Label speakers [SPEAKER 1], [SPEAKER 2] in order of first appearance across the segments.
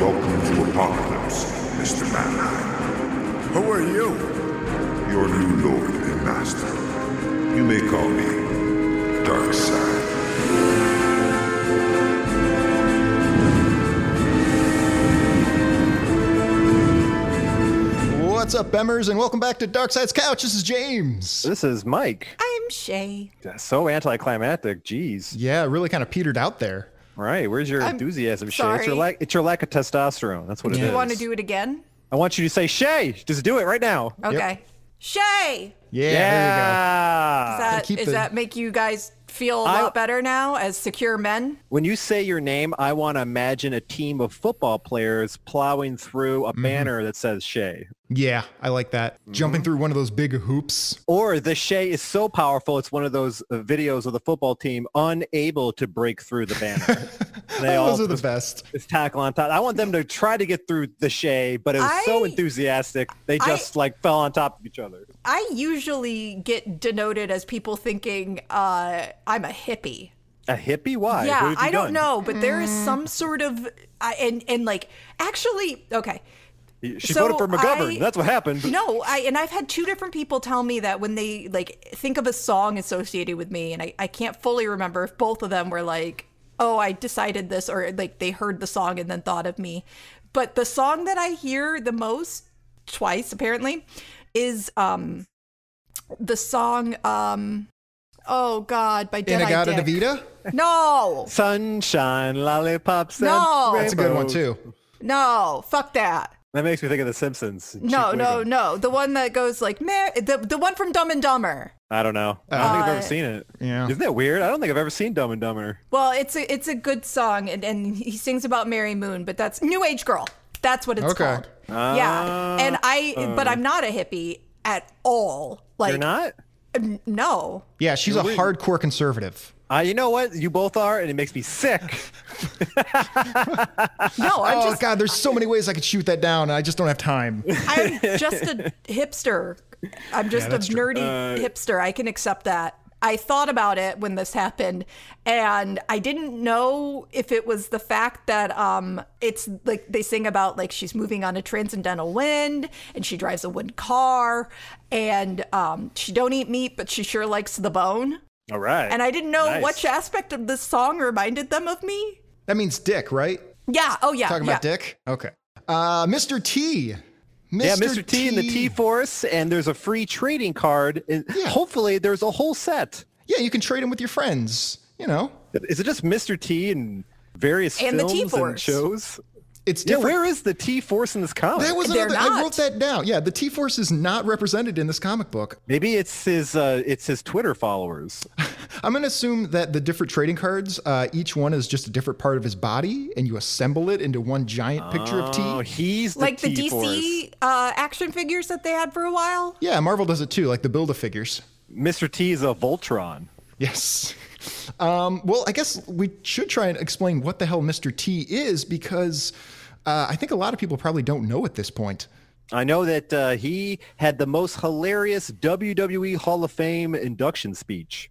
[SPEAKER 1] Welcome to Apocalypse, Mr. Mannheim.
[SPEAKER 2] Who are you?
[SPEAKER 1] Your new lord and master. You may call me Darkseid.
[SPEAKER 3] What's up, Emmers, and welcome back to Darkside's Couch. This is James.
[SPEAKER 4] This is Mike.
[SPEAKER 5] I'm Shay.
[SPEAKER 4] That's so anticlimactic. Jeez.
[SPEAKER 3] Yeah, really kind of petered out there.
[SPEAKER 4] Right. Where's your I'm enthusiasm, sorry. Shay? It's your, lack, it's your lack of testosterone. That's what
[SPEAKER 5] do
[SPEAKER 4] it is.
[SPEAKER 5] Do you want to do it again?
[SPEAKER 4] I want you to say, Shay, just do it right now.
[SPEAKER 5] Okay. Yep. Shay!
[SPEAKER 3] Yeah, yeah.
[SPEAKER 5] Does, that, does Uh, the... that make you guys feel a lot I... better now as secure men?
[SPEAKER 4] When you say your name, I want to imagine a team of football players plowing through a mm-hmm. banner that says Shay.
[SPEAKER 3] Yeah, I like that. Mm-hmm. Jumping through one of those big hoops.
[SPEAKER 4] Or the Shay is so powerful, it's one of those uh, videos of the football team unable to break through the banner.
[SPEAKER 3] they oh, all those are the just, best.
[SPEAKER 4] It's tackle on top. I want them to try to get through the Shay, but it was I, so enthusiastic, they just I, like fell on top of each other.
[SPEAKER 5] I usually get denoted as people thinking uh, I'm a hippie.
[SPEAKER 4] A hippie? Why?
[SPEAKER 5] Yeah, I don't done? know, but there is some sort of, uh, and and like actually, okay.
[SPEAKER 4] She so voted for McGovern. I, That's what happened.
[SPEAKER 5] No, I and I've had two different people tell me that when they like think of a song associated with me, and I, I can't fully remember if both of them were like, oh, I decided this, or like they heard the song and then thought of me. But the song that I hear the most, twice apparently, is um the song um Oh God, by Dead
[SPEAKER 3] Inagata DeVita?
[SPEAKER 5] No.
[SPEAKER 4] Sunshine, lollipops.
[SPEAKER 5] No,
[SPEAKER 3] that's a good one too.
[SPEAKER 5] No, fuck that.
[SPEAKER 4] That makes me think of The Simpsons.
[SPEAKER 5] No, no, no. The one that goes like, Mar-, the, the one from Dumb and Dumber.
[SPEAKER 4] I don't know. I don't uh, think I've ever seen it.
[SPEAKER 3] Yeah.
[SPEAKER 4] Isn't that weird? I don't think I've ever seen Dumb and Dumber.
[SPEAKER 5] Well, it's a it's a good song, and, and he sings about Mary Moon, but that's New Age Girl. That's what it's okay. called. Uh, yeah. And I, uh, but I'm not a hippie at all. Like
[SPEAKER 4] Oh. you're not.
[SPEAKER 5] No.
[SPEAKER 3] Yeah, she's you're a weird. hardcore conservative.
[SPEAKER 4] Uh, you know what? You both are, and it makes me sick. no,
[SPEAKER 3] I'm oh, just God. There's so many ways I could shoot that down, and I just don't have time.
[SPEAKER 5] I'm just a hipster. I'm just yeah, a nerdy uh, hipster. I can accept that. I thought about it when this happened, and I didn't know if it was the fact that um, it's like they sing about like she's moving on a transcendental wind, and she drives a wind car, and um, she don't eat meat, but she sure likes the bone.
[SPEAKER 4] All right.
[SPEAKER 5] And I didn't know nice. which aspect of this song reminded them of me.
[SPEAKER 3] That means dick, right?
[SPEAKER 5] Yeah. Oh, yeah.
[SPEAKER 3] Talking
[SPEAKER 5] yeah.
[SPEAKER 3] about dick? Okay. Uh, Mr. T.
[SPEAKER 4] Mr. Yeah, Mr. T, T in the T Force, and there's a free trading card. And yeah. Hopefully, there's a whole set.
[SPEAKER 3] Yeah, you can trade them with your friends. You know,
[SPEAKER 4] is it just Mr. T and various
[SPEAKER 5] and
[SPEAKER 4] films
[SPEAKER 5] the T Force
[SPEAKER 4] shows?
[SPEAKER 3] It's different.
[SPEAKER 4] Yeah, where is the T Force in this comic?
[SPEAKER 3] That was another, I wrote that down. Yeah, the T Force is not represented in this comic book.
[SPEAKER 4] Maybe it's his uh, it's his Twitter followers.
[SPEAKER 3] I'm gonna assume that the different trading cards, uh, each one is just a different part of his body, and you assemble it into one giant picture
[SPEAKER 4] oh,
[SPEAKER 3] of T.
[SPEAKER 4] Oh, he's the
[SPEAKER 5] like
[SPEAKER 4] T
[SPEAKER 5] the DC uh, action figures that they had for a while.
[SPEAKER 3] Yeah, Marvel does it too, like the Build a figures.
[SPEAKER 4] Mr. T is a Voltron.
[SPEAKER 3] Yes. Um, well, I guess we should try and explain what the hell Mr. T is because uh, I think a lot of people probably don't know at this point.
[SPEAKER 4] I know that uh, he had the most hilarious WWE Hall of Fame induction speech.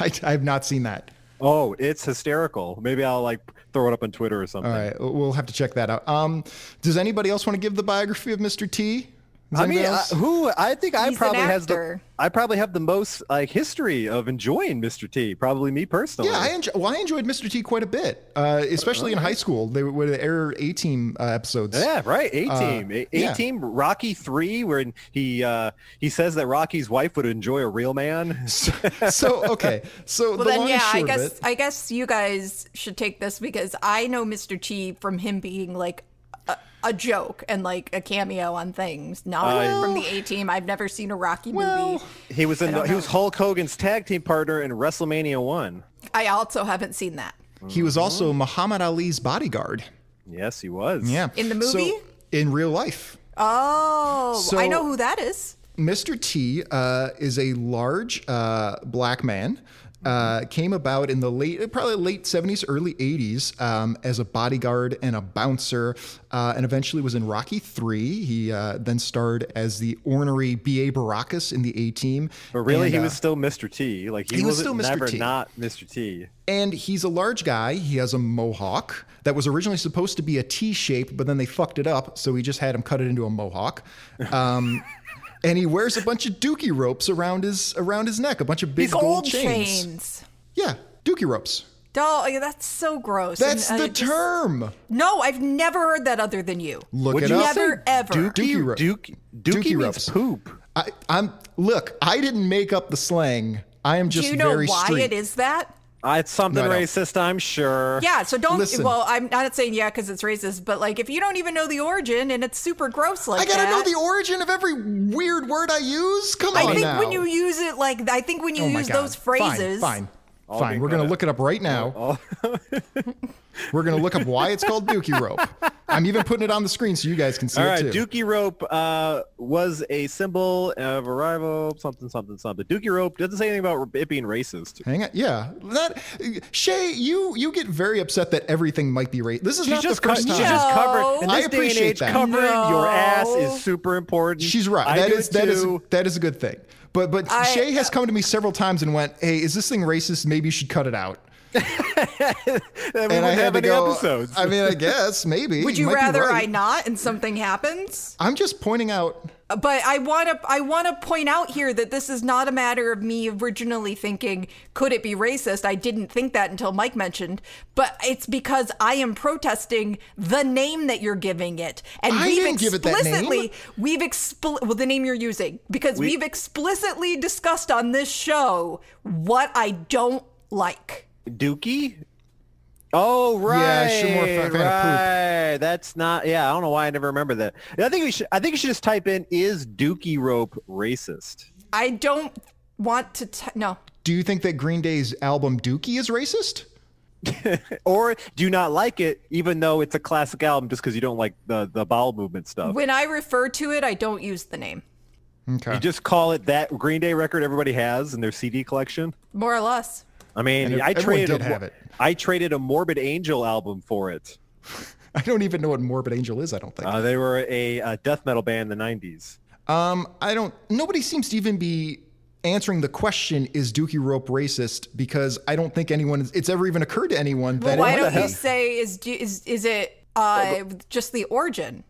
[SPEAKER 3] I, I, have not seen that.
[SPEAKER 4] Oh, it's hysterical. Maybe I'll like throw it up on Twitter or something.
[SPEAKER 3] All right, Uh, we'll have to check that out. Um, does anybody else want to give the biography of Mr. T?
[SPEAKER 4] I mean, uh, I, who I think I He's probably has the I probably have the most like history of enjoying Mr. T. Probably me personally.
[SPEAKER 3] Yeah, I enjoy, well, I enjoyed Mr. T quite a bit, uh, especially uh, in high school. They were the Error A Team uh, episodes.
[SPEAKER 4] Yeah, right. A
[SPEAKER 3] Uh,
[SPEAKER 4] Team, A Team, yeah. Rocky Three, where he uh, he says that Rocky's wife would enjoy a real man.
[SPEAKER 3] so, so okay, so
[SPEAKER 5] well,
[SPEAKER 3] the
[SPEAKER 5] then yeah, I
[SPEAKER 3] it,
[SPEAKER 5] guess I guess you guys should take this because I know Mr. T from him being like a joke and like a cameo on things. Not uh, from the A Team. I've never seen a Rocky well, movie.
[SPEAKER 4] He was in the, he was Hulk Hogan's tag team partner in WrestleMania One.
[SPEAKER 5] I also haven't seen that.
[SPEAKER 3] He was also Muhammad Ali's bodyguard.
[SPEAKER 4] Yes, he was.
[SPEAKER 3] Yeah.
[SPEAKER 5] In the movie? So,
[SPEAKER 3] in real life.
[SPEAKER 5] Oh, so, I know who that is.
[SPEAKER 3] Mr. T uh, is a large uh, black man uh, came about in the late, probably late 70s, early 80s, um, as a bodyguard and a bouncer, uh, and eventually was in Rocky 3. He uh, then starred as the ornery B.A. Baracus in the A Team.
[SPEAKER 4] But really,
[SPEAKER 3] And,
[SPEAKER 4] he
[SPEAKER 3] uh,
[SPEAKER 4] was still Mr. T. Like he,
[SPEAKER 3] he was
[SPEAKER 4] was
[SPEAKER 3] still Mr.
[SPEAKER 4] never
[SPEAKER 3] T.
[SPEAKER 4] not Mr. T.
[SPEAKER 3] And he's a large guy. He has a mohawk that was originally supposed to be a T shape, but then they fucked it up, so we just had him cut it into a mohawk. Um, and he wears a bunch of dookie ropes around his around his neck, a bunch of big
[SPEAKER 5] These
[SPEAKER 3] gold,
[SPEAKER 5] gold
[SPEAKER 3] chains.
[SPEAKER 5] chains.
[SPEAKER 3] Yeah, dookie ropes.
[SPEAKER 5] Oh, yeah, that's so gross.
[SPEAKER 3] That's
[SPEAKER 5] And, uh,
[SPEAKER 3] the
[SPEAKER 5] just-
[SPEAKER 3] term.
[SPEAKER 5] No, I've never heard that other than you.
[SPEAKER 3] Look
[SPEAKER 4] Would
[SPEAKER 3] it
[SPEAKER 4] you
[SPEAKER 3] up.
[SPEAKER 5] Never ever.
[SPEAKER 4] Dookie,
[SPEAKER 3] Dookie ro-
[SPEAKER 4] dookie, dookie,
[SPEAKER 3] dookie
[SPEAKER 4] means
[SPEAKER 3] ropes.
[SPEAKER 4] poop.
[SPEAKER 3] I, I'm look. I didn't make up the slang. I am just
[SPEAKER 5] Do you know
[SPEAKER 3] very
[SPEAKER 5] why
[SPEAKER 3] street.
[SPEAKER 5] it is that?
[SPEAKER 4] Uh, it's something
[SPEAKER 3] No, I don't.
[SPEAKER 4] racist, I'm sure.
[SPEAKER 5] Yeah, so don't.
[SPEAKER 3] Listen.
[SPEAKER 5] Well, I'm not saying yeah because it's racist, but like if you don't even know the origin and it's super gross like
[SPEAKER 3] I gotta
[SPEAKER 5] that,
[SPEAKER 3] know the origin of every weird word I use. Come on
[SPEAKER 5] I think
[SPEAKER 3] now.
[SPEAKER 5] when you use it like I think when you
[SPEAKER 3] Oh my
[SPEAKER 5] use
[SPEAKER 3] God.
[SPEAKER 5] those
[SPEAKER 3] Fine,
[SPEAKER 5] phrases,
[SPEAKER 3] fine,
[SPEAKER 4] be Oh.
[SPEAKER 3] fine. We're gonna
[SPEAKER 4] cut out.
[SPEAKER 3] look it up right now. We're gonna look up why it's called Dookie Rope. I'm even putting it on the screen so you guys can see
[SPEAKER 4] All
[SPEAKER 3] it
[SPEAKER 4] right,
[SPEAKER 3] too.
[SPEAKER 4] Dookie rope uh, was a symbol of arrival, something, something, something. Dookie rope doesn't say anything about it being racist.
[SPEAKER 3] Hang on, yeah. That Shay, you you get very upset that everything might be racist. This is
[SPEAKER 4] She's
[SPEAKER 3] not
[SPEAKER 4] just,
[SPEAKER 3] the
[SPEAKER 4] co-
[SPEAKER 3] first
[SPEAKER 4] she's
[SPEAKER 3] time.
[SPEAKER 4] just
[SPEAKER 5] No.
[SPEAKER 4] covered. In
[SPEAKER 3] I
[SPEAKER 4] this day and
[SPEAKER 3] appreciate
[SPEAKER 4] age,
[SPEAKER 3] that.
[SPEAKER 4] covering your ass
[SPEAKER 5] No.
[SPEAKER 4] is super important.
[SPEAKER 3] She's right.
[SPEAKER 4] I
[SPEAKER 3] that
[SPEAKER 4] do
[SPEAKER 3] is
[SPEAKER 4] it
[SPEAKER 3] that is
[SPEAKER 4] too.
[SPEAKER 3] that is a good thing. But but
[SPEAKER 5] I- uh,
[SPEAKER 3] Shay has come to me several times and went, "Hey, is this thing racist? Maybe you should cut it out."
[SPEAKER 4] And we
[SPEAKER 3] And I
[SPEAKER 4] wouldn't
[SPEAKER 3] had
[SPEAKER 4] have
[SPEAKER 3] to
[SPEAKER 4] any
[SPEAKER 3] go. uh,
[SPEAKER 4] episodes.
[SPEAKER 3] I mean, I guess maybe.
[SPEAKER 5] would you
[SPEAKER 3] might be
[SPEAKER 5] rather I
[SPEAKER 3] right.
[SPEAKER 5] not and something happens?
[SPEAKER 3] I'm just pointing out.
[SPEAKER 5] But I want to I want to point out here that this is not a matter of me originally thinking could it be racist? I didn't think that until Mike mentioned, but it's because I am protesting the name that you're giving it, and
[SPEAKER 3] I
[SPEAKER 5] we've
[SPEAKER 3] didn't give it that name.
[SPEAKER 5] explicitly we've expl- well the name you're using because we- have explicitly discussed on this show what I don't like.
[SPEAKER 4] Dookie? Oh right,
[SPEAKER 3] Yeah, she's more fan of poop.
[SPEAKER 4] right. That's not. Yeah, I don't know why I never remember that. I think we should. I think you should just type in "is Dookie rope racist."
[SPEAKER 5] I don't want to t- no.
[SPEAKER 3] Do you think that Green Day's album Dookie is racist?
[SPEAKER 4] or do not like it, even though it's a classic album, just because you don't like the the bowel movement stuff.
[SPEAKER 5] When I refer to it, I don't use the name.
[SPEAKER 3] Okay.
[SPEAKER 4] You just call it that Green Day record everybody has in their CD collection.
[SPEAKER 5] More or less.
[SPEAKER 4] I mean,
[SPEAKER 3] And
[SPEAKER 4] I
[SPEAKER 3] everyone
[SPEAKER 4] traded
[SPEAKER 3] did
[SPEAKER 4] a,
[SPEAKER 3] have it.
[SPEAKER 4] I traded a Morbid Angel album for it.
[SPEAKER 3] I don't even know what Morbid Angel is. I don't think.
[SPEAKER 4] Uh, they were a, uh death metal band in the '90s.
[SPEAKER 3] Um, I don't. Nobody seems to even be answering the question: Is Dookie Rope racist? Because I don't think anyone. It's ever even occurred to anyone that.
[SPEAKER 5] But why
[SPEAKER 3] it
[SPEAKER 5] don't
[SPEAKER 3] might
[SPEAKER 5] you
[SPEAKER 3] be.
[SPEAKER 5] say is is is it uh, just the origin,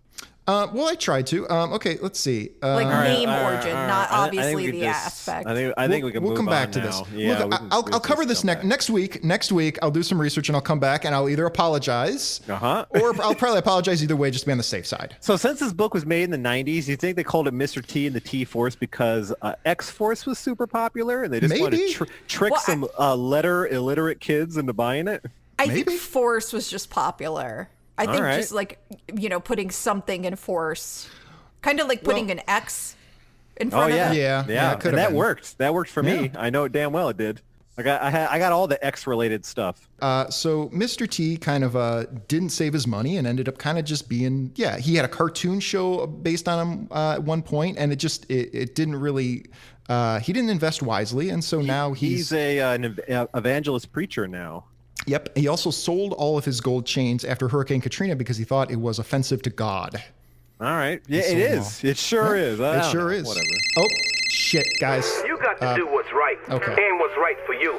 [SPEAKER 3] Uh, well, I tried to. Um, okay, let's see. Uh,
[SPEAKER 5] like name
[SPEAKER 4] All right,
[SPEAKER 5] origin,
[SPEAKER 4] all right, all right. I- I
[SPEAKER 5] not
[SPEAKER 4] think
[SPEAKER 5] Uh, obviously
[SPEAKER 4] we
[SPEAKER 5] the
[SPEAKER 4] could just-
[SPEAKER 5] aspect?
[SPEAKER 4] I think I think we can.
[SPEAKER 3] we'll
[SPEAKER 4] move
[SPEAKER 3] come back
[SPEAKER 4] on
[SPEAKER 3] to
[SPEAKER 4] now.
[SPEAKER 3] this.
[SPEAKER 4] Yeah,
[SPEAKER 3] Look,
[SPEAKER 4] we
[SPEAKER 3] I-
[SPEAKER 4] can-
[SPEAKER 3] I'll,
[SPEAKER 4] we'll
[SPEAKER 3] I'll cover
[SPEAKER 4] just
[SPEAKER 3] this
[SPEAKER 4] come
[SPEAKER 3] next
[SPEAKER 4] back.
[SPEAKER 3] next week. Next week, I'll do some research and I'll come back and I'll either apologize,
[SPEAKER 4] Uh-huh.
[SPEAKER 3] or I'll probably apologize either way, just to be on the safe side.
[SPEAKER 4] So since this book was made in the 90s, you think they called it Mr. T and the T-Force because uh, X-Force was super popular and they just wanted
[SPEAKER 3] Maybe.
[SPEAKER 4] to tr- trick
[SPEAKER 5] Well, I-
[SPEAKER 4] some uh, letter illiterate kids into buying it?
[SPEAKER 5] I think
[SPEAKER 3] maybe.
[SPEAKER 5] force was just popular. I think
[SPEAKER 4] right.
[SPEAKER 5] just like you know putting something in force, kind of like putting an X in front
[SPEAKER 4] oh, yeah.
[SPEAKER 5] of it.
[SPEAKER 3] Yeah,
[SPEAKER 4] Yeah.
[SPEAKER 3] yeah, it could
[SPEAKER 4] and
[SPEAKER 3] have
[SPEAKER 4] that
[SPEAKER 3] been.
[SPEAKER 4] worked. That worked for me. I know it damn well it did. I got I, ha- I got all the X-related stuff.
[SPEAKER 3] Uh, so Mr. T kind of uh, didn't save his money and ended up kind of just being yeah he had a cartoon show based on him uh, at one point and it just it, it didn't really uh, he didn't invest wisely and so now
[SPEAKER 4] He's a uh, an ev- uh, evangelist preacher now.
[SPEAKER 3] Yep. He also sold all of his gold chains after Hurricane Katrina because he thought it was offensive to God.
[SPEAKER 4] All right. Yeah, it is. It sure is. I
[SPEAKER 3] It
[SPEAKER 4] don't
[SPEAKER 3] sure
[SPEAKER 4] know.
[SPEAKER 3] is.
[SPEAKER 4] Whatever.
[SPEAKER 3] Oh, shit, guys.
[SPEAKER 2] You got to do what's right
[SPEAKER 3] Uh, okay.
[SPEAKER 2] and what's right for you.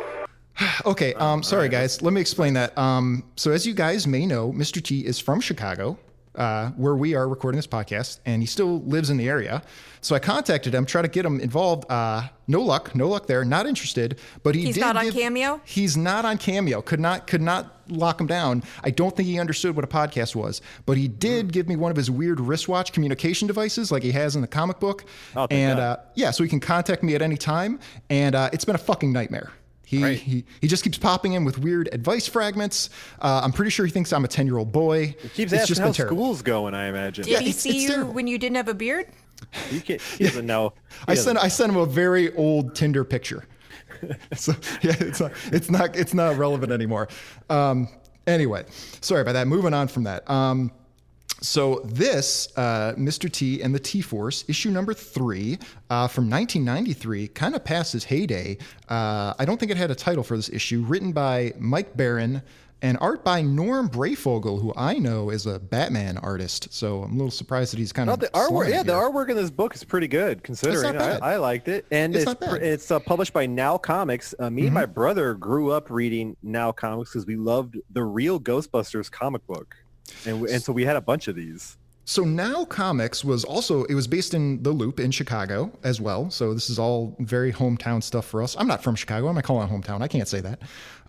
[SPEAKER 3] Okay. Um, sorry, guys. Let me explain that. Um, so, as you guys may know, Mr. T is from Chicago, uh, where we are recording this podcast, and he still lives in the area. So, I contacted him, try to get him involved. Uh, no luck. No luck there. Not interested. But he
[SPEAKER 5] He's
[SPEAKER 3] did
[SPEAKER 5] not on
[SPEAKER 3] give-
[SPEAKER 5] Cameo?
[SPEAKER 3] He's not on Cameo. Could not could not lock him down. I don't think he understood what a podcast was, but he
[SPEAKER 4] Hmm.
[SPEAKER 3] did give me one of his weird wristwatch communication devices, like he has in the comic book.
[SPEAKER 4] Oh, thank
[SPEAKER 3] and
[SPEAKER 4] God.
[SPEAKER 3] uh, yeah, so he can contact me at any time. And uh, it's been a fucking nightmare. He, he he just keeps popping in with weird advice fragments. Uh, I'm pretty sure he thinks I'm a ten year old boy.
[SPEAKER 4] Keeps
[SPEAKER 3] it's
[SPEAKER 4] asking
[SPEAKER 3] just
[SPEAKER 4] how
[SPEAKER 3] been terrible.
[SPEAKER 4] school's going, I imagine.
[SPEAKER 5] Did he
[SPEAKER 3] it's-
[SPEAKER 5] see
[SPEAKER 3] it's
[SPEAKER 5] you
[SPEAKER 3] terrible.
[SPEAKER 5] when you didn't have a beard?
[SPEAKER 4] He, can't, he doesn't know. He
[SPEAKER 3] I
[SPEAKER 4] doesn't
[SPEAKER 3] sent I sent him a very old Tinder picture. so yeah, it's not it's not it's not relevant anymore. Um, anyway, sorry about that. Moving on from that. Um, So this uh, Mr. T and the T Force issue number three uh, from 1993 kind of passed its heyday. Uh, I don't think it had a title for this issue. Written by Mike Barron and art by Norm Brayfogle, who I know is a Batman artist. So I'm a little surprised that he's kind
[SPEAKER 4] Well,
[SPEAKER 3] of
[SPEAKER 4] the artwork,
[SPEAKER 3] slumming
[SPEAKER 4] yeah, the
[SPEAKER 3] here.
[SPEAKER 4] artwork in this book is pretty good considering.
[SPEAKER 3] bad.
[SPEAKER 4] I, I liked it, and
[SPEAKER 3] It's
[SPEAKER 4] it's
[SPEAKER 3] not
[SPEAKER 4] pr-
[SPEAKER 3] bad. Mm-hmm.
[SPEAKER 4] it's uh, published by Now Comics. Uh, me and my brother grew up reading Now Comics because we loved the real Ghostbusters comic book, and we, and so we had a bunch of these.
[SPEAKER 3] So now comics was also it was based in the Loop in Chicago as well. So this is all very hometown stuff for us. I'm not from Chicago. I'm not calling it hometown. I can't say that.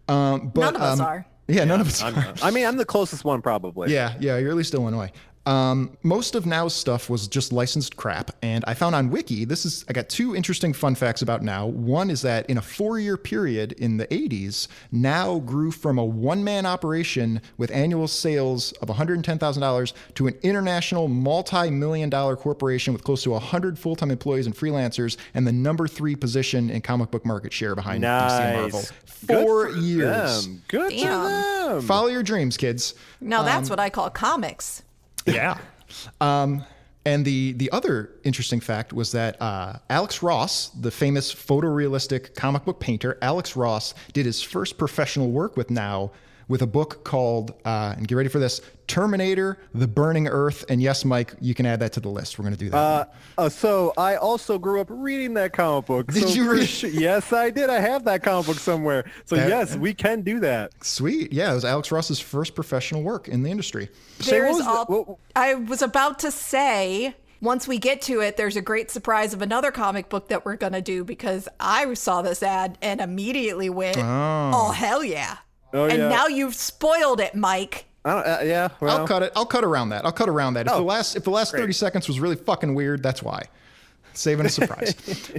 [SPEAKER 3] Um, but,
[SPEAKER 5] None of us
[SPEAKER 3] um,
[SPEAKER 5] are.
[SPEAKER 3] Yeah, none of us are.
[SPEAKER 4] I mean, I'm the closest one probably.
[SPEAKER 3] Yeah, yeah, you're at least Illinois. Um, most of Now's stuff was just licensed crap, and I found on Wiki this is I got two interesting fun facts about Now. One is that in a four-year period in the '80s, Now grew from a one-man operation with annual sales of $110,000 to an international multi-million-dollar corporation with close to 100 full-time employees and freelancers, and the number three position in comic book market share behind DC and Marvel.
[SPEAKER 4] Nice. Good
[SPEAKER 3] Four
[SPEAKER 4] for
[SPEAKER 3] years.
[SPEAKER 4] them. Good
[SPEAKER 5] Damn.
[SPEAKER 4] for them.
[SPEAKER 3] Follow your dreams, kids.
[SPEAKER 5] Now
[SPEAKER 3] Um,
[SPEAKER 5] that's what I call comics.
[SPEAKER 3] Yeah. Um, and the the other interesting fact was that uh, Alex Ross, the famous photorealistic comic book painter, Alex Ross did his first professional work with now with a book called uh, and get ready for this Terminator, The Burning Earth, and yes, Mike, you can add that to the list. We're going to do that.
[SPEAKER 4] Uh, uh, so I also grew up reading that comic book.
[SPEAKER 3] Did
[SPEAKER 4] so
[SPEAKER 3] you really?
[SPEAKER 4] appreciate- yes, I did. I have that comic book somewhere. So
[SPEAKER 3] That-
[SPEAKER 4] yes, we can do that.
[SPEAKER 3] Sweet, yeah, it was Alex Ross's first professional work in the industry.
[SPEAKER 4] Shay,
[SPEAKER 5] There
[SPEAKER 4] what
[SPEAKER 5] is
[SPEAKER 4] was the-
[SPEAKER 5] all.
[SPEAKER 4] what-
[SPEAKER 5] I was about to say. Once we get to it, there's a great surprise of another comic book that we're gonna do because I saw this ad and immediately went, "Oh, hell yeah!"
[SPEAKER 4] Oh,
[SPEAKER 5] and
[SPEAKER 4] yeah.
[SPEAKER 5] now you've spoiled it, Mike.
[SPEAKER 4] I don't, uh, yeah, well,
[SPEAKER 3] I'll cut it. I'll cut around that. I'll cut around that. If the last if the last thirty seconds was really fucking weird, that's why. Saving a surprise.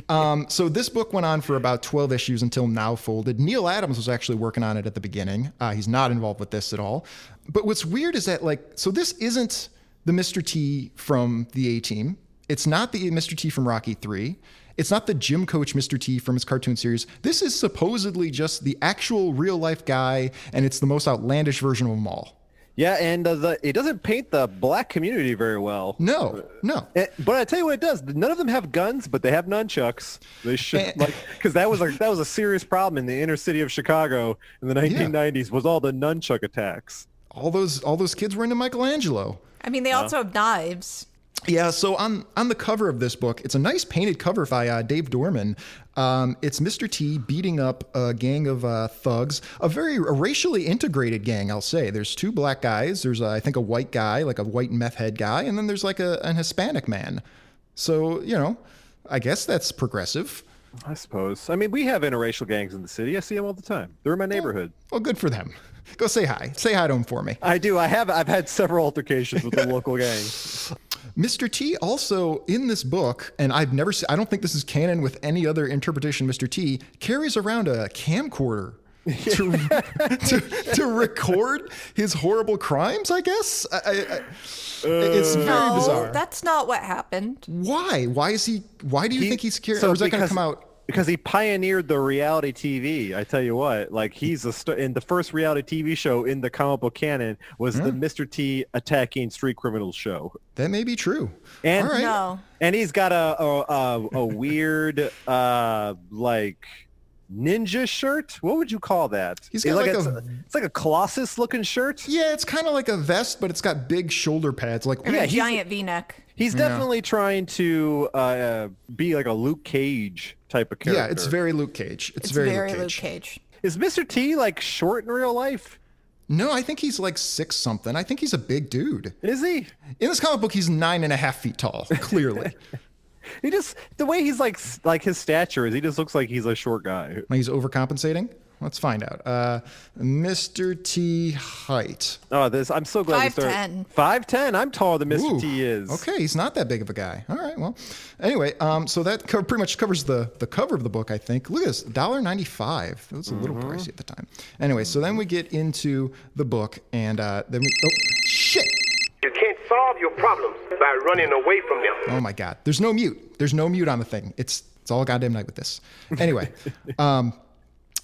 [SPEAKER 3] um, so this book went on for about twelve issues until now folded. Neil Adams was actually working on it at the beginning. Uh, he's not involved with this at all. But what's weird is that like so this isn't the Mr. T from the A Team. It's not the Mr. T from Rocky Three. It's not the gym coach Mr. T from his cartoon series. This is supposedly just the actual real life guy, and it's the most outlandish version of them all.
[SPEAKER 4] yeah, and uh, the, it doesn't paint the black community very well.
[SPEAKER 3] No, no.
[SPEAKER 4] Eh, but I tell you what, it does. None of them have guns, but they have nunchucks. They
[SPEAKER 3] Eh.
[SPEAKER 4] should like because that was a that was a serious problem in the inner city of Chicago in the 1990s was all the nunchuck attacks.
[SPEAKER 3] all those all those kids were into Michelangelo.
[SPEAKER 5] I mean, they also have knives.
[SPEAKER 3] Yeah, so on on the cover of this book, it's a nice painted cover by uh, Dave Dorman. Um, it's Mr. T beating up a gang of uh, thugs, a very a racially integrated gang, I'll say. There's two black guys. There's uh, I think a white guy, like a white meth head guy, and then there's like a, an Hispanic man. So you know, I guess that's progressive.
[SPEAKER 4] I suppose. I mean, we have interracial gangs in the city. I see them all the time. They're in my neighborhood.
[SPEAKER 3] Well, good for them. Go say hi. Say hi to him for me.
[SPEAKER 4] I do. I have. I've had several altercations with the local gang.
[SPEAKER 3] Mr. T also in this book, and I've never seen, I don't think this is canon with any other interpretation. Mr. T carries around a camcorder to, to, to record his horrible crimes, I guess. I, I, I- it's
[SPEAKER 4] Uh,
[SPEAKER 3] very
[SPEAKER 5] No,
[SPEAKER 3] bizarre.
[SPEAKER 5] that's not what happened.
[SPEAKER 3] why? Why is he, why do you think he's carrying, or is that going to
[SPEAKER 4] because-
[SPEAKER 3] come out?
[SPEAKER 4] Because he pioneered the reality TV. I tell you what, like he's a st- in the first reality TV show in the comic book canon was the
[SPEAKER 3] Hmm.
[SPEAKER 4] Mr. T attacking street criminals show.
[SPEAKER 3] That may be true.
[SPEAKER 4] And
[SPEAKER 3] All right.
[SPEAKER 5] No.
[SPEAKER 4] and he's got a a, a, a weird uh like ninja shirt. What would you call that?
[SPEAKER 3] He's got like
[SPEAKER 4] it's,
[SPEAKER 3] a-
[SPEAKER 4] it's like a colossus looking shirt.
[SPEAKER 3] Yeah, it's kind of like a vest, but it's got big shoulder pads. Like,
[SPEAKER 5] And
[SPEAKER 4] Yeah,
[SPEAKER 5] a
[SPEAKER 4] he's-
[SPEAKER 5] giant V-neck.
[SPEAKER 4] He's definitely trying to uh, uh, be like a Luke Cage type of character.
[SPEAKER 3] yeah, it's very Luke Cage. It's,
[SPEAKER 5] It's
[SPEAKER 3] very,
[SPEAKER 5] very,
[SPEAKER 3] Luke,
[SPEAKER 5] Luke
[SPEAKER 3] Cage.
[SPEAKER 5] Cage.
[SPEAKER 4] Is Mr. T like short in real life?
[SPEAKER 3] No, I think he's like six something. I think he's a big dude.
[SPEAKER 4] Is he?
[SPEAKER 3] In this comic book, he's nine and a half feet tall, clearly.
[SPEAKER 4] He just the way he's like s- like his stature is. He just looks like he's a short guy.
[SPEAKER 3] he's overcompensating. Let's find out. Uh, Mr. T height.
[SPEAKER 4] Oh, this I'm so glad.
[SPEAKER 5] 5'10".
[SPEAKER 4] Five ten. I'm taller than Mr.
[SPEAKER 3] Ooh,
[SPEAKER 4] T is.
[SPEAKER 3] Okay, he's not that big of a guy. All right, well, anyway, um, so that co- pretty much covers the the cover of the book, I think. Look at this, dollar ninety five. That was a little pricey at the time. Anyway, so then we get into the book, and uh, then we oh shit.
[SPEAKER 2] You can't solve your problems by running away from them.
[SPEAKER 3] Oh my God. There's no mute. There's no mute on the thing. It's it's all goddamn night with this. Anyway, um,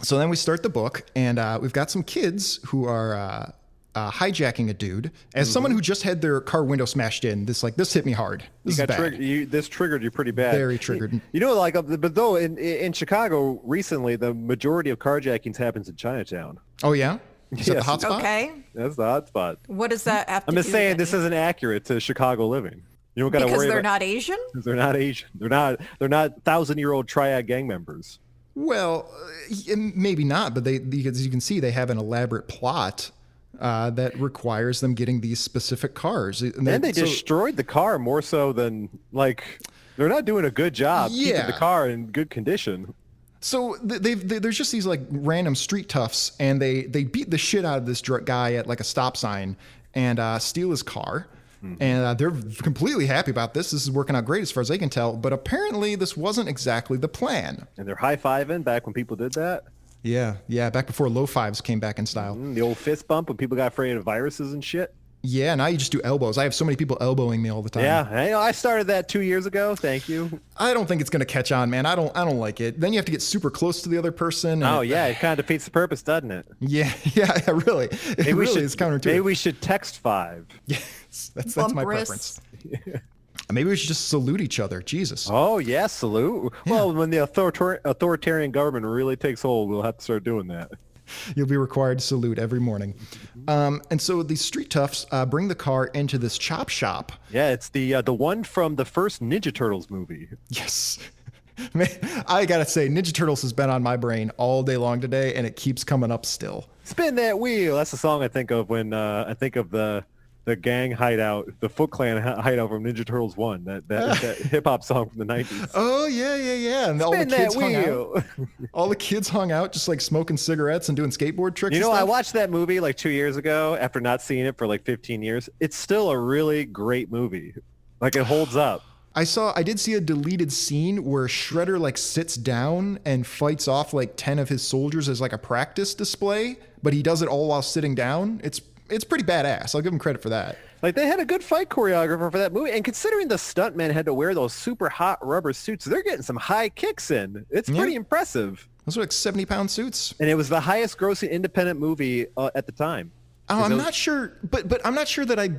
[SPEAKER 3] so then we start the book, and uh, we've got some kids who are uh, uh, hijacking a dude as
[SPEAKER 4] Mm-hmm.
[SPEAKER 3] someone who just had their car window smashed in. This like this hit me hard. This
[SPEAKER 4] You
[SPEAKER 3] is
[SPEAKER 4] got
[SPEAKER 3] bad.
[SPEAKER 4] triggered. You, this triggered you pretty bad.
[SPEAKER 3] Very triggered.
[SPEAKER 4] You know, like, uh, but though in in Chicago recently, the majority of carjackings happens in Chinatown.
[SPEAKER 3] Oh yeah, is that the
[SPEAKER 4] Yes.
[SPEAKER 3] hot spot?
[SPEAKER 5] Okay.
[SPEAKER 4] That's the hot spot.
[SPEAKER 5] What does that have to
[SPEAKER 4] I'm just
[SPEAKER 5] do
[SPEAKER 4] saying
[SPEAKER 5] with
[SPEAKER 4] this
[SPEAKER 5] any-
[SPEAKER 4] isn't accurate to Chicago living. You don't got to
[SPEAKER 5] because
[SPEAKER 4] worry
[SPEAKER 5] they're
[SPEAKER 4] about
[SPEAKER 5] not Asian?
[SPEAKER 4] not- they're not Asian. They're not they're not thousand year old triad gang members.
[SPEAKER 3] Well, uh, y- maybe not, but they because you can see they have an elaborate plot uh, that requires them getting these specific cars. And
[SPEAKER 4] And they
[SPEAKER 3] so-
[SPEAKER 4] destroyed the car more so than like they're not doing a good job keeping
[SPEAKER 3] Yeah.
[SPEAKER 4] the car in good condition.
[SPEAKER 3] So th- they've, they there's just these like random street toughs, and they they beat the shit out of this dr- guy at like a stop sign and uh, steal his car. And uh, they're completely happy about this. This is working out great as far as they can tell. But apparently, this wasn't exactly the plan.
[SPEAKER 4] And they're high fiving back when people did that.
[SPEAKER 3] Yeah, yeah. Back before low fives came back in style.
[SPEAKER 4] The old fist bump when people got afraid of viruses and shit.
[SPEAKER 3] Yeah, now you just do elbows. I have so many people elbowing me all the time.
[SPEAKER 4] Yeah, I, I started that two years ago. Thank you.
[SPEAKER 3] I don't think it's gonna catch on, man. I don't. I don't like it. Then you have to get super close to the other person. and
[SPEAKER 4] Oh
[SPEAKER 3] it-
[SPEAKER 4] yeah, it kind of defeats the purpose, doesn't it?
[SPEAKER 3] yeah, yeah, yeah. Really, it really
[SPEAKER 4] Maybe we should
[SPEAKER 3] is counterintuitive.
[SPEAKER 4] maybe we should text five.
[SPEAKER 3] Yes, that's that's my
[SPEAKER 5] Bump wrists.
[SPEAKER 3] preference. Maybe we should just salute each other. Jesus.
[SPEAKER 4] Oh yeah, salute. Well, when the authoritar- authoritarian government really takes hold, we'll have to start doing that.
[SPEAKER 3] You'll be required to salute every morning. Um, and so these street toughs uh, bring the car into this chop shop.
[SPEAKER 4] Yeah, it's the uh, the one from the first Ninja Turtles movie.
[SPEAKER 3] Yes. Man, I gotta say, Ninja Turtles has been on my brain all day long today, and it keeps coming up still.
[SPEAKER 4] Spin that wheel. That's the song I think of when uh, I think of the the gang hideout, the Foot Clan hi- hideout from Ninja Turtles One. That that, that hip hop song from the nineties.
[SPEAKER 3] Oh yeah, yeah, yeah. And all the
[SPEAKER 4] Spin that
[SPEAKER 3] kids hung out.
[SPEAKER 4] wheel.
[SPEAKER 3] All the kids hung out, just like smoking cigarettes and doing skateboard tricks.
[SPEAKER 4] You
[SPEAKER 3] and
[SPEAKER 4] know, I
[SPEAKER 3] stuff.
[SPEAKER 4] watched that movie like two years ago after not seeing it for like 15 years. It's still a really great movie. Like it holds up.
[SPEAKER 3] I saw I did see a deleted scene where Shredder like sits down and fights off like 10 of his soldiers as like a practice display, but he does it all while sitting down. It's it's pretty badass. I'll give him credit for that.
[SPEAKER 4] Like they had a good fight choreographer for that movie. And considering the stuntmen had to wear those super hot rubber suits, they're getting some high kicks in. It's pretty impressive.
[SPEAKER 3] Those are like 70 pound suits.
[SPEAKER 4] And it was the highest grossing independent movie uh, at the time.
[SPEAKER 3] Oh, I'm not sure, but but I'm not sure that I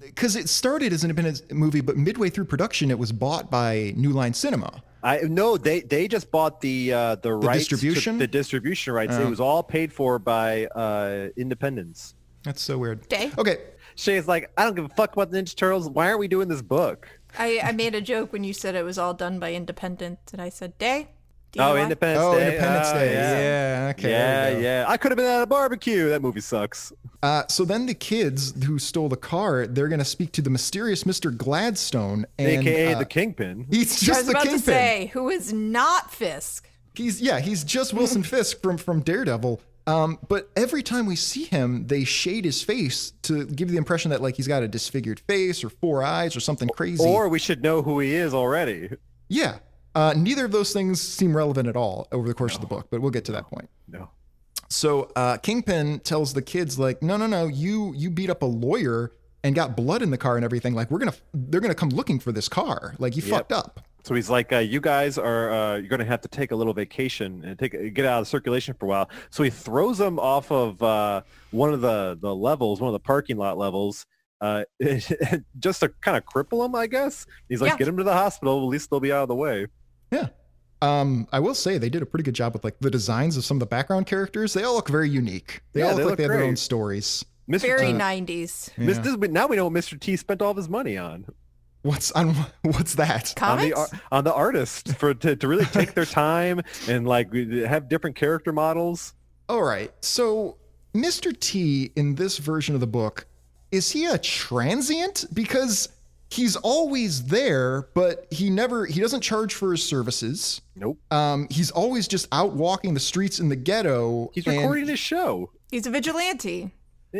[SPEAKER 3] because it started as an independent movie, but midway through production, it was bought by New Line Cinema.
[SPEAKER 4] I no, they they just bought the uh, the, rights to-
[SPEAKER 3] distribution? Oh.
[SPEAKER 4] the distribution rights. It was all paid for by uh, Independence.
[SPEAKER 3] That's so weird.
[SPEAKER 5] Okay.
[SPEAKER 3] Okay.
[SPEAKER 4] Shay's like, I don't give a fuck about the Ninja Turtles. Why aren't we doing this book?
[SPEAKER 5] I, I made a joke when you said it was all done by independent, and I said, day?
[SPEAKER 4] Oh,
[SPEAKER 5] DUI?"
[SPEAKER 4] Independence
[SPEAKER 3] Oh,
[SPEAKER 4] Day.
[SPEAKER 3] Independence
[SPEAKER 4] Oh,
[SPEAKER 3] Day.
[SPEAKER 4] Yeah.
[SPEAKER 3] Yeah. Okay.
[SPEAKER 4] Yeah,
[SPEAKER 3] there we go.
[SPEAKER 4] yeah. I could have been at a barbecue. That movie sucks.
[SPEAKER 3] Uh, so then the kids who stole the car, they're going to speak to the mysterious Mr. Gladstone, and
[SPEAKER 4] AKA
[SPEAKER 3] uh,
[SPEAKER 4] the Kingpin.
[SPEAKER 3] he's
[SPEAKER 5] I was
[SPEAKER 3] just the
[SPEAKER 5] about
[SPEAKER 3] kingpin.
[SPEAKER 5] to say, who is not Fisk?
[SPEAKER 3] He's yeah, he's just Wilson Fisk from from Daredevil. Um, but every time we see him, they shade his face to give you the impression that like he's got a disfigured face or four eyes or something crazy.
[SPEAKER 4] Or we should know who he is already.
[SPEAKER 3] yeah, uh, neither of those things seem relevant at all over the course of the book. But we'll get to that point.
[SPEAKER 4] No.
[SPEAKER 3] So uh, Kingpin tells the kids like, no, no, no, you you beat up a lawyer and got blood in the car and everything. Like we're gonna they're gonna come looking for this car. Like you fucked up.
[SPEAKER 4] So he's like, uh, you guys are uh, you're gonna have to take a little vacation and take get out of circulation for a while. So he throws him off of uh, one of the the levels, one of the parking lot levels, uh, just to kind of cripple him, I guess. He's like,
[SPEAKER 5] Yeah.
[SPEAKER 4] get him to the hospital. At least they'll be out of the way.
[SPEAKER 3] Yeah. Um, I will say they did a pretty good job with like the designs of some of the background characters. They all look very unique. They all
[SPEAKER 4] Yeah,
[SPEAKER 3] look
[SPEAKER 4] they
[SPEAKER 3] like
[SPEAKER 4] look
[SPEAKER 3] they have their
[SPEAKER 4] great.
[SPEAKER 3] own stories.
[SPEAKER 4] Mr. T,
[SPEAKER 5] Very 90s.
[SPEAKER 4] Mis- this, now we know what Mr. T spent all of his money on.
[SPEAKER 3] What's on what's that?
[SPEAKER 4] on the
[SPEAKER 5] Comics?
[SPEAKER 4] ar- on the artists for to, to really take their time and like have different character models.
[SPEAKER 3] All right. So Mr. T in this version of the book, is he a transient? Because he's always there, but he never he doesn't charge for his services.
[SPEAKER 4] Nope.
[SPEAKER 3] Um, he's always just out walking the streets in the ghetto.
[SPEAKER 4] He's
[SPEAKER 3] and
[SPEAKER 4] recording his show.
[SPEAKER 5] He's a vigilante.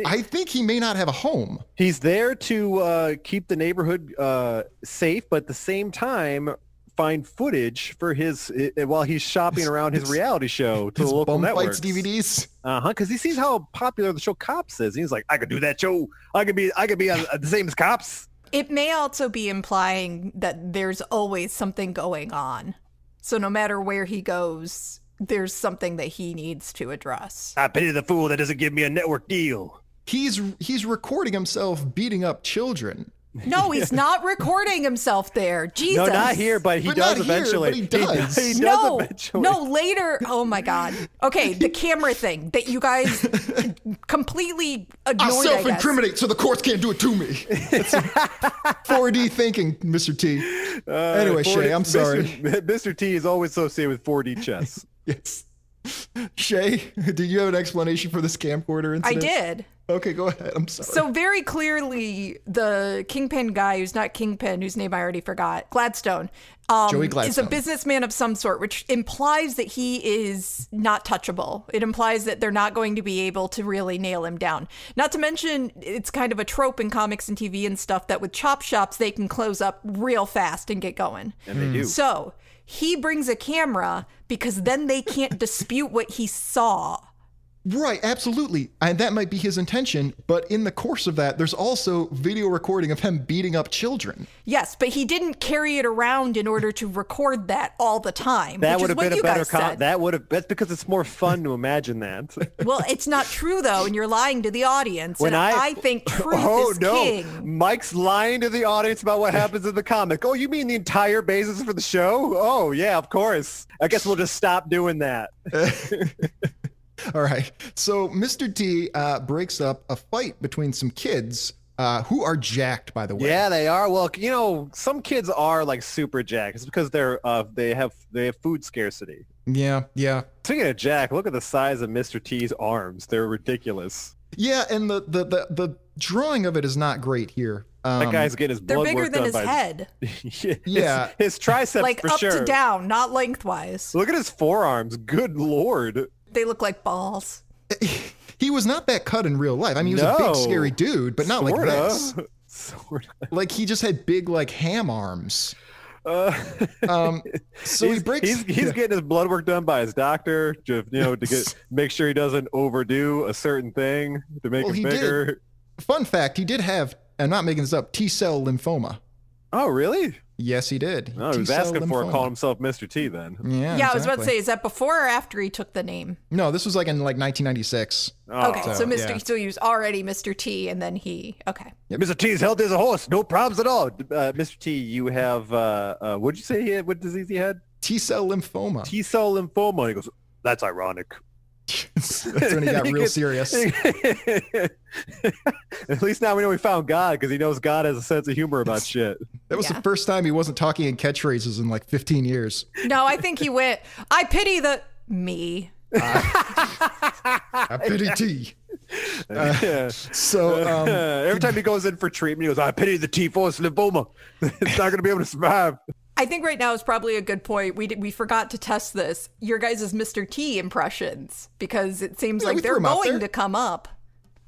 [SPEAKER 3] I think he may not have a home.
[SPEAKER 4] He's there to uh, keep the neighborhood uh, safe, but at the same time find footage for his i while he's shopping around his reality show to
[SPEAKER 3] His
[SPEAKER 4] the local
[SPEAKER 3] bum
[SPEAKER 4] networks.
[SPEAKER 3] fights DVDs.
[SPEAKER 4] Uh huh. Because he sees how popular the show Cops is, and he's like, "I could do that show. I could be. I could be on, the same as Cops."
[SPEAKER 5] It may also be implying that there's always something going on. So no matter where he goes, there's something that he needs to address.
[SPEAKER 4] I pity the fool that doesn't give me a network deal.
[SPEAKER 3] He's he's recording himself beating up children.
[SPEAKER 5] No, he's not recording himself there. Jesus.
[SPEAKER 4] No, not here, but he
[SPEAKER 3] But
[SPEAKER 4] does
[SPEAKER 3] not here,
[SPEAKER 4] eventually.
[SPEAKER 3] but he does.
[SPEAKER 4] He, does
[SPEAKER 5] no,
[SPEAKER 4] eventually.
[SPEAKER 5] no, later. Oh my God. Okay, the camera thing that you guys completely
[SPEAKER 3] I
[SPEAKER 5] ignored. I
[SPEAKER 3] self
[SPEAKER 5] guess.
[SPEAKER 3] incriminate so the courts can't do it to me. It's like 4D thinking, Mr. T.
[SPEAKER 4] Uh,
[SPEAKER 3] anyway,
[SPEAKER 4] 40
[SPEAKER 3] Shay, I'm sorry.
[SPEAKER 4] Mr. Mr. T is always associated with 4D chess.
[SPEAKER 3] Yes. Shay, did you have an explanation for this camcorder
[SPEAKER 5] I
[SPEAKER 3] incident?
[SPEAKER 5] did.
[SPEAKER 3] Okay, go ahead. I'm sorry.
[SPEAKER 5] So very clearly, the kingpin guy, who's not kingpin, whose name I already forgot, Gladstone, um,
[SPEAKER 3] Joey
[SPEAKER 5] is a
[SPEAKER 3] Gladstone.
[SPEAKER 5] businessman of some sort, which implies that he is not touchable. It implies that they're not going to be able to really nail him down. Not to mention, it's kind of a trope in comics and TV and stuff that with chop shops they can close up real fast and get going.
[SPEAKER 4] And
[SPEAKER 3] Hmm.
[SPEAKER 4] they do.
[SPEAKER 5] So he brings a camera because then they can't dispute what he saw.
[SPEAKER 3] Right, absolutely. And that might be his intention, but in the course of that, there's also video recording of him beating up children.
[SPEAKER 5] Yes, but he didn't carry it around in order to record that all the time.
[SPEAKER 4] that
[SPEAKER 5] which
[SPEAKER 4] would
[SPEAKER 5] is
[SPEAKER 4] have
[SPEAKER 5] what
[SPEAKER 4] been a
[SPEAKER 5] you
[SPEAKER 4] better
[SPEAKER 5] guys
[SPEAKER 4] con-
[SPEAKER 5] said.
[SPEAKER 4] That would have. That's because it's more fun to imagine that.
[SPEAKER 5] Well, it's not true though, and you're lying to the audience.
[SPEAKER 4] When
[SPEAKER 5] and
[SPEAKER 4] I-
[SPEAKER 5] I, think truth
[SPEAKER 4] oh
[SPEAKER 5] is
[SPEAKER 4] no,
[SPEAKER 5] king.
[SPEAKER 4] Mike's lying to the audience about what happens in the comic. Oh, you mean the entire basis for the show? Oh yeah, of course. I guess we'll just stop doing that.
[SPEAKER 3] All right. So Mr. T uh, breaks up a fight between some kids uh, who are jacked, by the way.
[SPEAKER 4] Yeah, they are. Well, you know, some kids are like super jacked. It's because they're uh, they have they have food scarcity.
[SPEAKER 3] Yeah. Yeah.
[SPEAKER 4] Speaking of Jack, look at the size of Mr. T's arms. They're ridiculous.
[SPEAKER 3] Yeah. And the, the, the, the drawing of it is not great here. Um,
[SPEAKER 4] That guy's getting his
[SPEAKER 5] They're
[SPEAKER 4] blood
[SPEAKER 5] bigger
[SPEAKER 4] worked
[SPEAKER 5] than
[SPEAKER 4] up
[SPEAKER 5] his
[SPEAKER 4] by
[SPEAKER 5] head,
[SPEAKER 4] his,
[SPEAKER 3] Yeah.
[SPEAKER 4] his, triceps
[SPEAKER 5] like
[SPEAKER 4] for
[SPEAKER 5] up
[SPEAKER 4] sure.
[SPEAKER 5] to down, not lengthwise.
[SPEAKER 4] Look at his forearms. Good lord.
[SPEAKER 5] They look like balls.
[SPEAKER 3] He was not that cut in real life. I mean, he was a
[SPEAKER 4] No.
[SPEAKER 3] big, scary dude, but not like
[SPEAKER 4] Sorta.
[SPEAKER 3] this.
[SPEAKER 4] Sorta.
[SPEAKER 3] Like he just had big, like ham arms.
[SPEAKER 4] Uh,
[SPEAKER 3] Um, so
[SPEAKER 4] he's,
[SPEAKER 3] he breaks.
[SPEAKER 4] he's, he's getting his blood work done by his doctor, to, you know, to get make sure he doesn't overdo a certain thing to make
[SPEAKER 3] Well, he
[SPEAKER 4] him
[SPEAKER 3] did.
[SPEAKER 4] bigger.
[SPEAKER 3] Fun fact: he did have. I'm not making this up. T cell lymphoma.
[SPEAKER 4] Oh, really?
[SPEAKER 3] Yes, he did.
[SPEAKER 4] No, he was
[SPEAKER 3] T-cell
[SPEAKER 4] asking for it,
[SPEAKER 3] lymphoma.
[SPEAKER 4] calling himself Mr. T then.
[SPEAKER 3] Yeah,
[SPEAKER 5] yeah, I was about to
[SPEAKER 3] exactly.
[SPEAKER 5] say, is that before or after he took the name?
[SPEAKER 3] No, this was like in like 1996.
[SPEAKER 4] Oh.
[SPEAKER 5] okay, so,
[SPEAKER 3] so,
[SPEAKER 5] Mr.
[SPEAKER 3] yeah.
[SPEAKER 5] So he was already Mr. T, and then he. Okay,
[SPEAKER 4] Mr. T's healthy as a horse, no problems at all. Uh, Mr. T, you have, uh, uh, what'd you say he had, what disease he had?
[SPEAKER 3] T cell lymphoma.
[SPEAKER 4] T cell lymphoma. He goes, that's ironic.
[SPEAKER 3] That's when he got
[SPEAKER 4] He
[SPEAKER 3] real
[SPEAKER 4] gets-
[SPEAKER 3] serious.
[SPEAKER 4] at least now we know we found God because he knows God has a sense of humor about shit.
[SPEAKER 3] That was
[SPEAKER 5] Yeah.
[SPEAKER 3] the first time he wasn't talking in catchphrases in like 15 years.
[SPEAKER 5] no, I think he went. I pity the me.
[SPEAKER 3] I pity T. Uh,
[SPEAKER 4] Yeah.
[SPEAKER 3] So um,
[SPEAKER 4] Uh, Every time he goes in for treatment, he goes, I pity the T force lymphoma. it's not going to be able to survive.
[SPEAKER 5] I think right now is probably a good point. We did, we forgot to test this. Your guys' Mr. T impressions because it seems
[SPEAKER 3] Yeah, we
[SPEAKER 5] like they're
[SPEAKER 3] threw 'em out
[SPEAKER 5] going
[SPEAKER 3] there.
[SPEAKER 5] to come up.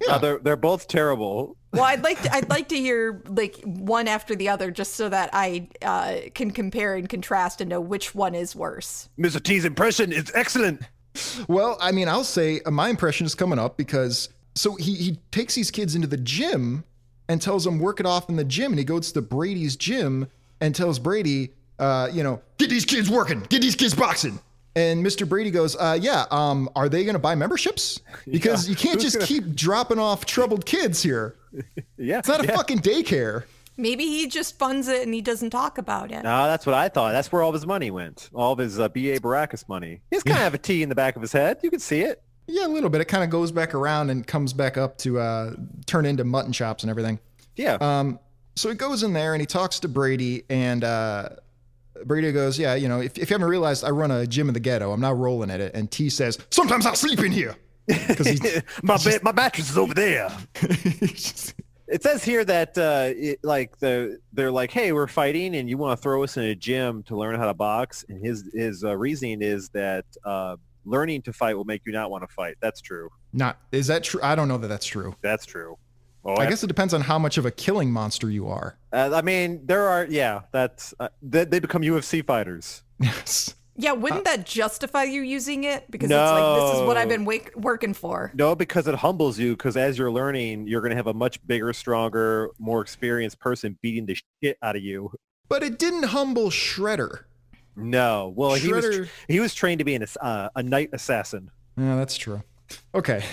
[SPEAKER 4] Uh, they're, they're both terrible.
[SPEAKER 5] Well, I'd like to, I'd like to hear like one after the other just so that I uh, can compare and contrast and know which one is worse.
[SPEAKER 4] Mr. T's impression is excellent.
[SPEAKER 3] um, well, I mean, I'll say uh, my impression is coming up because so he he takes these kids into the gym and tells them work it off in the gym, and he goes to Brady's gym and tells Brady, uh, you know, get these kids working, get these kids boxing. And Mr. Brady goes, uh, yeah, um, are they going to buy memberships? Because you can't just keep dropping off troubled kids here.
[SPEAKER 4] Yeah.
[SPEAKER 3] It's not a fucking daycare.
[SPEAKER 5] Maybe he just funds it and he doesn't talk about it.
[SPEAKER 4] No, that's what I thought. That's where all of his money went. All of his uh, B.A. Baracus money. He's kind of have a T in the back of his head. You can see it.
[SPEAKER 3] Yeah, a little bit. It kind of goes back around and comes back up to uh, turn into mutton chops and everything.
[SPEAKER 4] Yeah.
[SPEAKER 3] Um, So he goes in there and he talks to Brady, and uh, Brady goes, "Yeah, you know, if, if you haven't realized, I run a gym in the ghetto. I'm not rolling at it." And T says, "Sometimes I sleep in here." Because he's
[SPEAKER 4] my, bed, my mattress is over there. It says here that uh, it, like the they're like, hey, we're fighting, and you want to throw us in a gym to learn how to box. And his his uh, reasoning is that uh, learning to fight will make you not want to fight. That's true.
[SPEAKER 3] not. Is that true? I don't know that that's true.
[SPEAKER 4] That's true. Oh,
[SPEAKER 3] I guess it depends on how much of a killing monster you are.
[SPEAKER 4] Uh, I mean, there are yeah. That's uh, they, they become UFC fighters.
[SPEAKER 3] Yes.
[SPEAKER 5] Yeah, wouldn't
[SPEAKER 3] Uh,
[SPEAKER 5] that justify you using it? Because it's like this is what I've been wake, working for.
[SPEAKER 4] No, because it humbles you. Because as you're learning, you're going to have a much bigger, stronger, more experienced person beating the shit out of you.
[SPEAKER 3] But it didn't humble Shredder.
[SPEAKER 4] No, well, he was
[SPEAKER 3] Shredder-
[SPEAKER 4] he was trained to be an ass- uh, a knight assassin.
[SPEAKER 3] Yeah, that's true. Okay.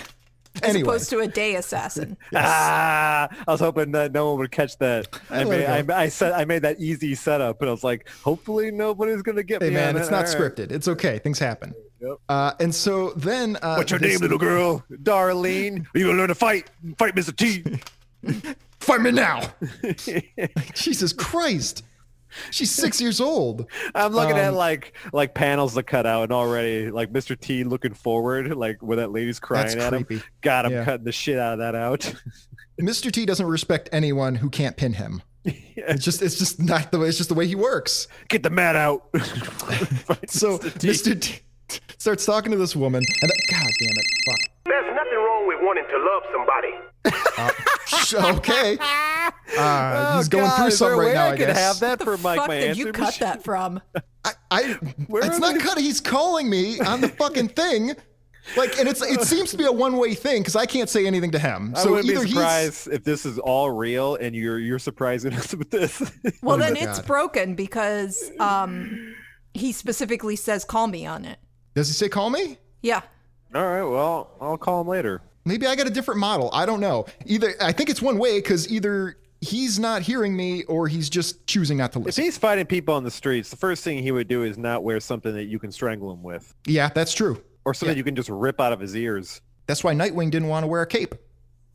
[SPEAKER 5] as
[SPEAKER 3] Anyway.
[SPEAKER 5] opposed to a day assassin.
[SPEAKER 4] Ah, I was hoping that no one would catch that. I,
[SPEAKER 3] let
[SPEAKER 4] made,
[SPEAKER 3] it
[SPEAKER 4] I, I said I made that easy setup, and I was like, hopefully nobody's gonna get
[SPEAKER 3] Hey
[SPEAKER 4] me.
[SPEAKER 3] man,
[SPEAKER 4] on
[SPEAKER 3] it's
[SPEAKER 4] it.
[SPEAKER 3] not
[SPEAKER 4] All right.
[SPEAKER 3] scripted. It's okay. Things happen.
[SPEAKER 4] Yep.
[SPEAKER 3] Uh, and so then, uh,
[SPEAKER 4] What's your
[SPEAKER 3] this-
[SPEAKER 4] name, little girl? Darlene. Are you gonna learn to fight? Fight Mr. T.
[SPEAKER 3] Fight me now. Jesus Christ. She's six years old.
[SPEAKER 4] I'm looking
[SPEAKER 3] Um,
[SPEAKER 4] at like like panels to cut out, and already like Mr. T looking forward, like when that lady's crying at him.
[SPEAKER 3] creepy.
[SPEAKER 4] God, I'm
[SPEAKER 3] Yeah.
[SPEAKER 4] cutting the shit out of that out.
[SPEAKER 3] Mr. T doesn't respect anyone who can't pin him. It's just it's just not the way it's just the way he works.
[SPEAKER 4] Get the mat out.
[SPEAKER 3] So Mr. T starts talking to this woman and God damn it. Fuck.
[SPEAKER 2] There's nothing wrong with wanting to love somebody.
[SPEAKER 3] Sh- okay. Uh, he's
[SPEAKER 4] Oh,
[SPEAKER 3] going
[SPEAKER 4] God,
[SPEAKER 3] through
[SPEAKER 4] is
[SPEAKER 3] some
[SPEAKER 4] there a
[SPEAKER 3] right
[SPEAKER 4] way
[SPEAKER 3] now.
[SPEAKER 4] I,
[SPEAKER 3] I,
[SPEAKER 4] could
[SPEAKER 3] guess.
[SPEAKER 4] have that for my,
[SPEAKER 5] Fuck
[SPEAKER 4] my
[SPEAKER 5] did you
[SPEAKER 4] answer
[SPEAKER 5] cut
[SPEAKER 4] machine?
[SPEAKER 5] that from?
[SPEAKER 3] I, I
[SPEAKER 4] Where
[SPEAKER 3] it's
[SPEAKER 4] are
[SPEAKER 3] not
[SPEAKER 4] we?
[SPEAKER 3] cut. He's calling me on the fucking thing. Like, and it's it seems to be a one way thing because I can't say anything to him.
[SPEAKER 4] I
[SPEAKER 3] So
[SPEAKER 4] wouldn't
[SPEAKER 3] either
[SPEAKER 4] be
[SPEAKER 3] he's
[SPEAKER 4] surprised if this is all real and you're you're surprising us with this.
[SPEAKER 5] Well,
[SPEAKER 3] Oh my
[SPEAKER 5] then it's
[SPEAKER 3] God.
[SPEAKER 5] broken because um, he specifically says call me on it.
[SPEAKER 3] does he say call me?
[SPEAKER 5] Yeah.
[SPEAKER 4] all right, well, I'll call him later.
[SPEAKER 3] Maybe I got a different model. I don't know. Either I think it's one way because either he's not hearing me or he's just choosing not to
[SPEAKER 4] If
[SPEAKER 3] listen.
[SPEAKER 4] he's fighting people on the streets, the first thing he would do is not wear something that you can strangle him with,
[SPEAKER 3] Yeah, that's true.
[SPEAKER 4] or something you can just rip out of his ears.
[SPEAKER 3] That's why Nightwing didn't want to wear a cape.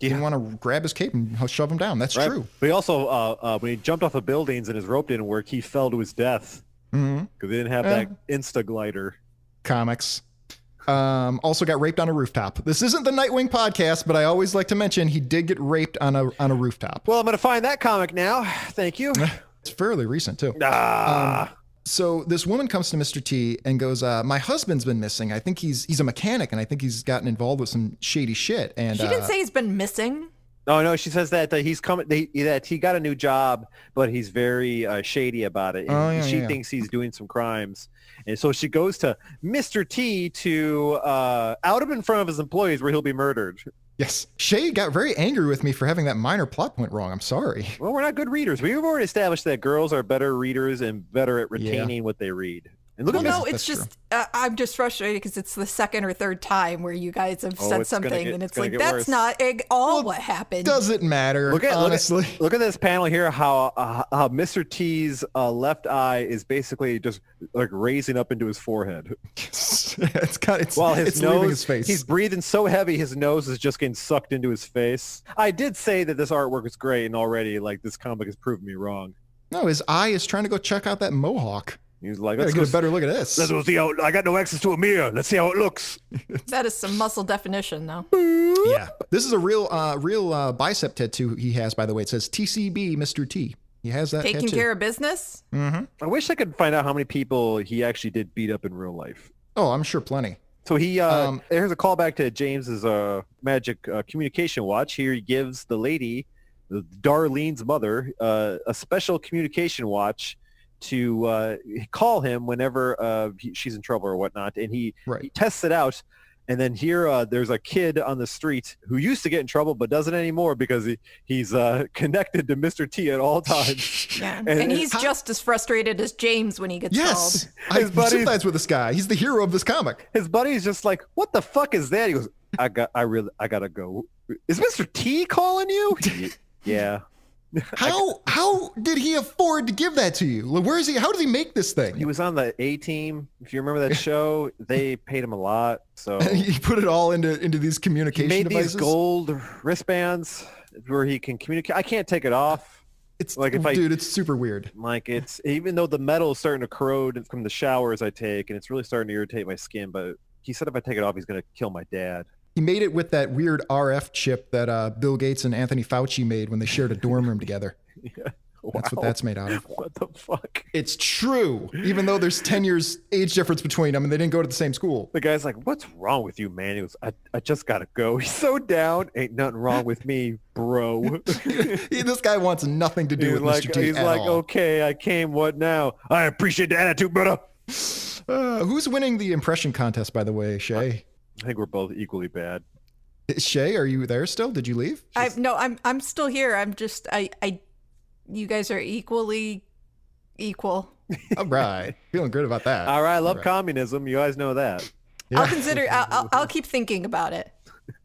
[SPEAKER 3] He didn't want to grab his cape and shove him down. That's
[SPEAKER 4] Right?
[SPEAKER 3] true.
[SPEAKER 4] But he also, uh, uh, when he jumped off of buildings and his rope didn't work, he fell to his death
[SPEAKER 3] hmm
[SPEAKER 4] because they didn't have
[SPEAKER 3] Yeah.
[SPEAKER 4] that insta glider.
[SPEAKER 3] Comics. Um, also got raped on a rooftop. This isn't the Nightwing podcast, but I always like to mention he did get raped on a on a rooftop.
[SPEAKER 4] Well, I'm gonna find that comic now. Thank you.
[SPEAKER 3] It's fairly recent too. Um,
[SPEAKER 4] ah,
[SPEAKER 3] So this woman comes to Mr. T and goes, uh, "My husband's been missing. I think he's he's a mechanic, and I think he's gotten involved with some shady shit." And
[SPEAKER 5] She
[SPEAKER 3] uh,
[SPEAKER 5] didn't say he's been missing.
[SPEAKER 4] No, no, she says that, that he's coming. That he- that he got a new job, but he's very uh, shady about it. And
[SPEAKER 3] Oh, yeah,
[SPEAKER 4] she
[SPEAKER 3] yeah.
[SPEAKER 4] thinks he's doing some crimes, and so she goes to Mr. T to uh, out him in front of his employees, where he'll be murdered.
[SPEAKER 3] yes, Shay got very angry with me for having that minor plot point wrong. I'm sorry.
[SPEAKER 4] Well, we're not good readers. We've already established that girls are better readers and better at
[SPEAKER 3] Yeah.
[SPEAKER 4] retaining what they read. And look
[SPEAKER 5] Well,
[SPEAKER 4] at
[SPEAKER 5] no,
[SPEAKER 3] that's
[SPEAKER 5] it's
[SPEAKER 3] true.
[SPEAKER 5] just uh, I'm just frustrated because it's the second or third time where you guys have
[SPEAKER 4] Oh,
[SPEAKER 5] said
[SPEAKER 4] it's gonna
[SPEAKER 5] something,
[SPEAKER 4] get-
[SPEAKER 5] and
[SPEAKER 4] it's
[SPEAKER 5] it's
[SPEAKER 4] gonna
[SPEAKER 5] like
[SPEAKER 4] get
[SPEAKER 5] that's
[SPEAKER 4] worse.
[SPEAKER 5] not at all
[SPEAKER 3] Well,
[SPEAKER 5] what happened.
[SPEAKER 3] Doesn't matter.
[SPEAKER 4] Look at
[SPEAKER 3] honestly.
[SPEAKER 4] Look at, look at this panel here. How uh, how Mr. T's uh, left eye is basically just like raising up into his forehead,
[SPEAKER 3] it's got it's,
[SPEAKER 4] while his
[SPEAKER 3] it's leaving
[SPEAKER 4] nose
[SPEAKER 3] his face.
[SPEAKER 4] he's breathing so heavy, his nose is just getting sucked into his face. I did say that this artwork is great, and already like this comic has proven me wrong.
[SPEAKER 3] no, his eye is trying to go check out that mohawk.
[SPEAKER 4] He was like,
[SPEAKER 3] Gotta
[SPEAKER 4] let's
[SPEAKER 3] get
[SPEAKER 4] go,
[SPEAKER 3] a better look at this.
[SPEAKER 4] let's go see how I got no access to a mirror. Let's see how it looks.
[SPEAKER 5] That is some muscle definition, though.
[SPEAKER 3] Yeah, this is a real uh, real uh, bicep tattoo he has. By the way, it says TCB, Mr. T. He has that
[SPEAKER 5] Taking
[SPEAKER 3] tattoo.
[SPEAKER 5] care of business.
[SPEAKER 4] I wish I could find out how many people he actually did beat up in real life.
[SPEAKER 3] oh, I'm sure plenty.
[SPEAKER 4] So he uh,
[SPEAKER 3] Um,
[SPEAKER 4] here's a callback to James's uh, magic uh, communication watch. Here he gives the lady, Darlene's mother, uh, a special communication watch to uh, call him whenever uh, he, she's in trouble or whatnot, and he,
[SPEAKER 3] Right.
[SPEAKER 4] he tests it out. And then here, uh, there's a kid on the street who used to get in trouble but doesn't anymore because he, he's uh, connected to Mr. T at all times.
[SPEAKER 5] Yeah,
[SPEAKER 4] And-
[SPEAKER 5] and, he's
[SPEAKER 3] How-
[SPEAKER 5] just as frustrated as James when he gets
[SPEAKER 3] Yes,
[SPEAKER 5] called.
[SPEAKER 3] I
[SPEAKER 4] His buddy-
[SPEAKER 3] sympathize with this guy. He's the hero of this comic.
[SPEAKER 4] his buddy's just like, "What the fuck is that?" He goes, "I got, I really, I gotta go." Is Mr. T calling you? Y- yeah,
[SPEAKER 3] How how did he afford to give that to you? Like, Where is he? How did he make this
[SPEAKER 4] he
[SPEAKER 3] thing?
[SPEAKER 4] was on the A Team. If you remember that show, they paid him a lot, so
[SPEAKER 3] He put it all into into these
[SPEAKER 4] he
[SPEAKER 3] communication
[SPEAKER 4] made
[SPEAKER 3] devices.
[SPEAKER 4] these gold wristbands where he can communicate. I can't take it off.
[SPEAKER 3] it's
[SPEAKER 4] like,
[SPEAKER 3] like
[SPEAKER 4] if I-
[SPEAKER 3] dude, it's super weird.
[SPEAKER 4] Like it's even though the metal is starting to corrode from the showers I take, and it's really starting to irritate my skin. But he said if I take it off, he's gonna kill my dad.
[SPEAKER 3] He made it with that weird RF chip that uh, Bill Gates and Anthony Fauci made when they shared a dorm room together. That's
[SPEAKER 4] Wow.
[SPEAKER 3] what that's made out of.
[SPEAKER 4] What the fuck?
[SPEAKER 3] It's true, even though there's 10 years age difference between them and they didn't go to the same school.
[SPEAKER 4] The guy's like, "What's wrong with you, man?" He goes, "I, I just gotta go." He's so down. Ain't nothing wrong with me, bro. he's
[SPEAKER 3] He- this guy wants nothing to do with
[SPEAKER 4] like,
[SPEAKER 3] Mr. T
[SPEAKER 4] he's
[SPEAKER 3] at
[SPEAKER 4] like,
[SPEAKER 3] all.
[SPEAKER 4] "Okay, I came. What now? I appreciate the attitude, brother." oh.
[SPEAKER 3] Uh, who's winning the impression contest, by the way, Shay?
[SPEAKER 4] I think we're both equally bad.
[SPEAKER 3] Shay, are you there still? Did you leave?
[SPEAKER 5] I no, I'm I'm still here. I'm just I I, you guys are equally equal.
[SPEAKER 3] all right, feeling good about that.
[SPEAKER 4] All right, I love
[SPEAKER 3] All right.
[SPEAKER 4] communism. You guys know that.
[SPEAKER 5] I'll
[SPEAKER 3] Yeah.
[SPEAKER 5] consider. I'll, I'll, I'll keep thinking about it.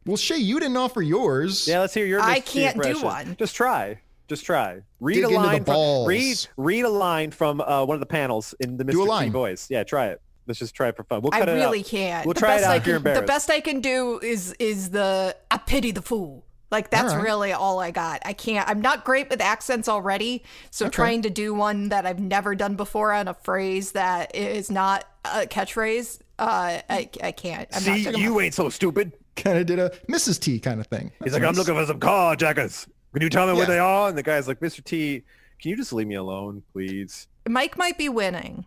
[SPEAKER 3] Well, Shay, you didn't offer yours.
[SPEAKER 4] Yeah, let's hear your.
[SPEAKER 5] I
[SPEAKER 4] Mr. T
[SPEAKER 5] can't do
[SPEAKER 4] impression.
[SPEAKER 5] one.
[SPEAKER 4] Just try. Just try. Read
[SPEAKER 3] Dig
[SPEAKER 4] a
[SPEAKER 3] into the
[SPEAKER 4] line.
[SPEAKER 3] balls.
[SPEAKER 4] From, read read a line from uh, one of the panels in the Mr.
[SPEAKER 3] Do a
[SPEAKER 4] T
[SPEAKER 3] line.
[SPEAKER 4] voice. Yeah, try it. Let's just try it for fun. We'll
[SPEAKER 5] I
[SPEAKER 4] cut it
[SPEAKER 5] really
[SPEAKER 4] out.
[SPEAKER 5] can't.
[SPEAKER 4] We'll
[SPEAKER 5] the
[SPEAKER 4] try
[SPEAKER 5] best
[SPEAKER 4] it
[SPEAKER 5] I
[SPEAKER 4] out if you're
[SPEAKER 5] can-
[SPEAKER 4] embarrassed.
[SPEAKER 5] The best I can do is is the I pity the fool. Like that's
[SPEAKER 3] All right.
[SPEAKER 5] really all I got. I can't. I'm not great with accents already, so trying to do one that I've never done before on a phrase that is not a catchphrase, uh, I, I can't. I'm not
[SPEAKER 4] See,
[SPEAKER 5] good.
[SPEAKER 4] you ain't so stupid.
[SPEAKER 3] Kind of did a Mrs. T kind of thing.
[SPEAKER 4] He's like, I'm looking for some carjackers. Can you tell me where
[SPEAKER 3] Yeah.
[SPEAKER 4] they are? And the guy's like, Mr. T, can you just leave me alone, please?
[SPEAKER 5] Mike might be winning.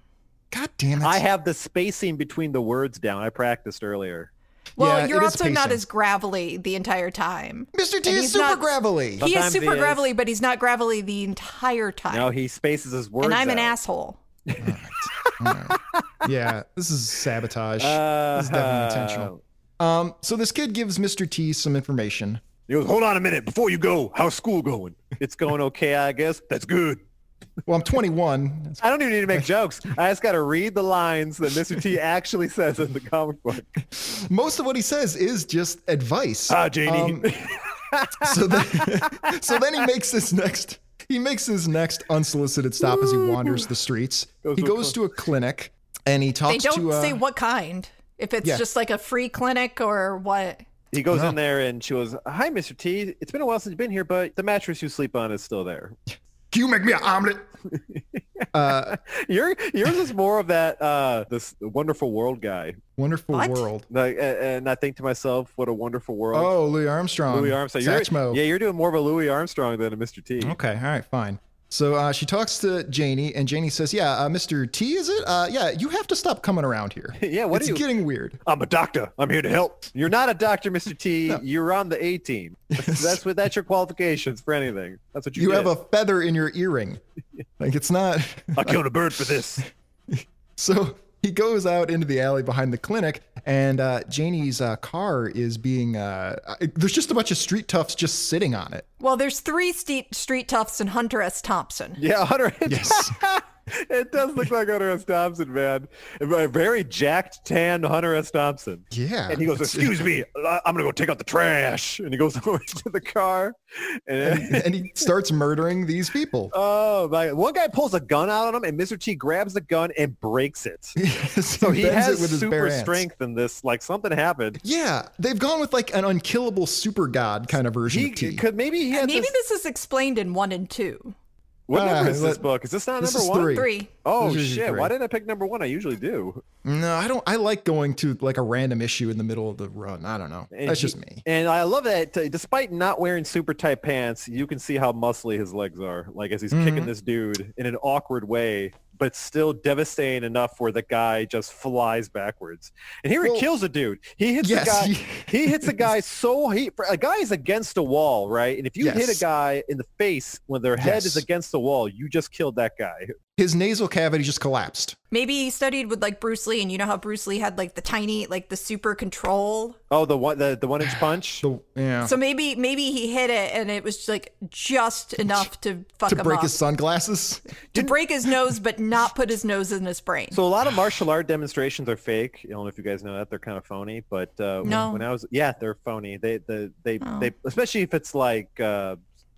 [SPEAKER 3] God damn it.
[SPEAKER 4] I have the spacing between the words down. I practiced earlier.
[SPEAKER 5] Well,
[SPEAKER 3] Yeah,
[SPEAKER 5] you're
[SPEAKER 3] it is
[SPEAKER 5] also not
[SPEAKER 3] pacing.
[SPEAKER 5] as gravelly the entire time.
[SPEAKER 3] Mr. T
[SPEAKER 5] and
[SPEAKER 3] is
[SPEAKER 5] he's
[SPEAKER 3] super
[SPEAKER 5] not-
[SPEAKER 3] gravelly.
[SPEAKER 5] he is
[SPEAKER 4] Sometimes he
[SPEAKER 5] super
[SPEAKER 4] is.
[SPEAKER 5] gravelly, but he's not gravelly the entire time.
[SPEAKER 4] Now he spaces his words.
[SPEAKER 5] and I'm an
[SPEAKER 4] out.
[SPEAKER 5] asshole.
[SPEAKER 3] yeah, this is sabotage.
[SPEAKER 4] Uh,
[SPEAKER 3] this is definitely intentional. Um, so this kid gives Mr. T some information.
[SPEAKER 4] He goes, hold on a minute. Before you go, how's school going? It's going okay, I guess. That's good.
[SPEAKER 3] Well, I'm 21.
[SPEAKER 4] I don't even need to make jokes. I just got to read the lines that Mr. T actually says in the comic book.
[SPEAKER 3] Most of what he says is just advice.
[SPEAKER 4] Ah, Janie.
[SPEAKER 3] Um, so then, so then he makes his next he makes his next unsolicited stop as he wanders the streets.
[SPEAKER 4] Goes
[SPEAKER 3] he
[SPEAKER 4] to a
[SPEAKER 3] goes to a clinic and he talks
[SPEAKER 5] They don't
[SPEAKER 3] to uh,
[SPEAKER 5] say what kind. If it's
[SPEAKER 3] Yeah.
[SPEAKER 5] just like a free clinic or what.
[SPEAKER 4] He goes in there and she goes, hi, Mr. T. It's been a while since you've been here, but the mattress you sleep on is still there.
[SPEAKER 3] "Can you make me an omelet?" uh,
[SPEAKER 4] Your yours is more of that uh this wonderful world guy.
[SPEAKER 3] wonderful
[SPEAKER 5] What?
[SPEAKER 3] world.
[SPEAKER 4] Like, a- and I think to myself, what a wonderful world.
[SPEAKER 3] Oh, Louis Armstrong.
[SPEAKER 4] Louis Armstrong. You're,
[SPEAKER 3] Satchmo.
[SPEAKER 4] yeah, you're doing more of a Louis Armstrong than a Mr. T.
[SPEAKER 3] Okay, all right, fine. So uh, she talks to Janie, and Janie says, "Yeah, uh, Mr. T, is it? Uh, yeah, you have to stop coming around here.
[SPEAKER 4] Yeah, what
[SPEAKER 3] it's
[SPEAKER 4] do you-
[SPEAKER 3] getting weird.
[SPEAKER 4] I'm a doctor. I'm here to help. You're not a doctor, Mr. T. You're on the A team. That's what that's your qualifications for anything. That's what you,
[SPEAKER 3] You
[SPEAKER 4] did.
[SPEAKER 3] have a feather in your earring. Like it's not."
[SPEAKER 4] I killed a bird for this.
[SPEAKER 3] So he goes out into the alley behind the clinic, and uh, Janie's uh, car is being. Uh, uh, there's just a bunch of street toughs just sitting on it.
[SPEAKER 5] Well, there's three street, street toughs and Hunter S. Thompson.
[SPEAKER 4] Yeah, Hunter. It,
[SPEAKER 3] Yes.
[SPEAKER 4] it does look like Hunter S. Thompson, man. A very jacked, tan Hunter S. Thompson.
[SPEAKER 3] Yeah.
[SPEAKER 4] And he goes, "Excuse me, I- I'm gonna go take out the trash." And he goes over to the car, and
[SPEAKER 3] and he starts murdering these people.
[SPEAKER 4] oh my! One guy pulls a gun out on him, and Mr. T grabs the gun and breaks it.
[SPEAKER 3] so
[SPEAKER 4] So he has super strength in this. Like something happened.
[SPEAKER 3] Yeah, they've gone with like an unkillable super god kind of version
[SPEAKER 4] He
[SPEAKER 3] of T.
[SPEAKER 4] could maybe he had
[SPEAKER 5] Uh, Maybe
[SPEAKER 4] this,
[SPEAKER 5] this is explained in one and two.
[SPEAKER 4] What number
[SPEAKER 3] Ah,
[SPEAKER 4] is this
[SPEAKER 3] let-
[SPEAKER 4] book? Is this not
[SPEAKER 3] this
[SPEAKER 4] number
[SPEAKER 3] is
[SPEAKER 4] one?
[SPEAKER 3] three.
[SPEAKER 5] Three.
[SPEAKER 4] Oh
[SPEAKER 3] This is
[SPEAKER 4] shit!
[SPEAKER 3] three.
[SPEAKER 4] Why didn't I pick number one? I usually do.
[SPEAKER 3] No, I don't. I like going to like a random issue in the middle of the run. I don't know.
[SPEAKER 4] And
[SPEAKER 3] That's
[SPEAKER 4] he-
[SPEAKER 3] just me.
[SPEAKER 4] And I love that. uh, Despite not wearing super tight pants, you can see how muscly his legs are. Like as he's
[SPEAKER 3] Mm-hmm.
[SPEAKER 4] kicking this dude in an awkward way, but still devastating enough where the guy just flies backwards. And here
[SPEAKER 3] Well-
[SPEAKER 4] he kills a dude. He hits
[SPEAKER 3] Yes,
[SPEAKER 4] a guy.
[SPEAKER 3] he-
[SPEAKER 4] He hits a guy so he a guy is against a wall, right? And if you hit
[SPEAKER 3] Yes.
[SPEAKER 4] a guy in the face when their head is
[SPEAKER 3] Yes.
[SPEAKER 4] against the wall, you just killed that guy.
[SPEAKER 3] His nasal cavity just collapsed.
[SPEAKER 5] Maybe he studied with like Bruce Lee, and you know how Bruce Lee had like the tiny, like the super control.
[SPEAKER 4] Oh, the one the, the one inch punch.
[SPEAKER 3] So yeah,
[SPEAKER 5] So maybe maybe he hit it, and it was like just enough to fuck
[SPEAKER 3] to
[SPEAKER 5] him
[SPEAKER 3] break
[SPEAKER 5] up.
[SPEAKER 3] his sunglasses.
[SPEAKER 5] to break his nose, but not put his nose in his brain.
[SPEAKER 4] So a lot of martial art demonstrations are fake. I don't know if you guys know that they're kind of phony. But uh, when-
[SPEAKER 5] No.
[SPEAKER 4] when I was yeah, they're phony. They the they they especially if it's like uh,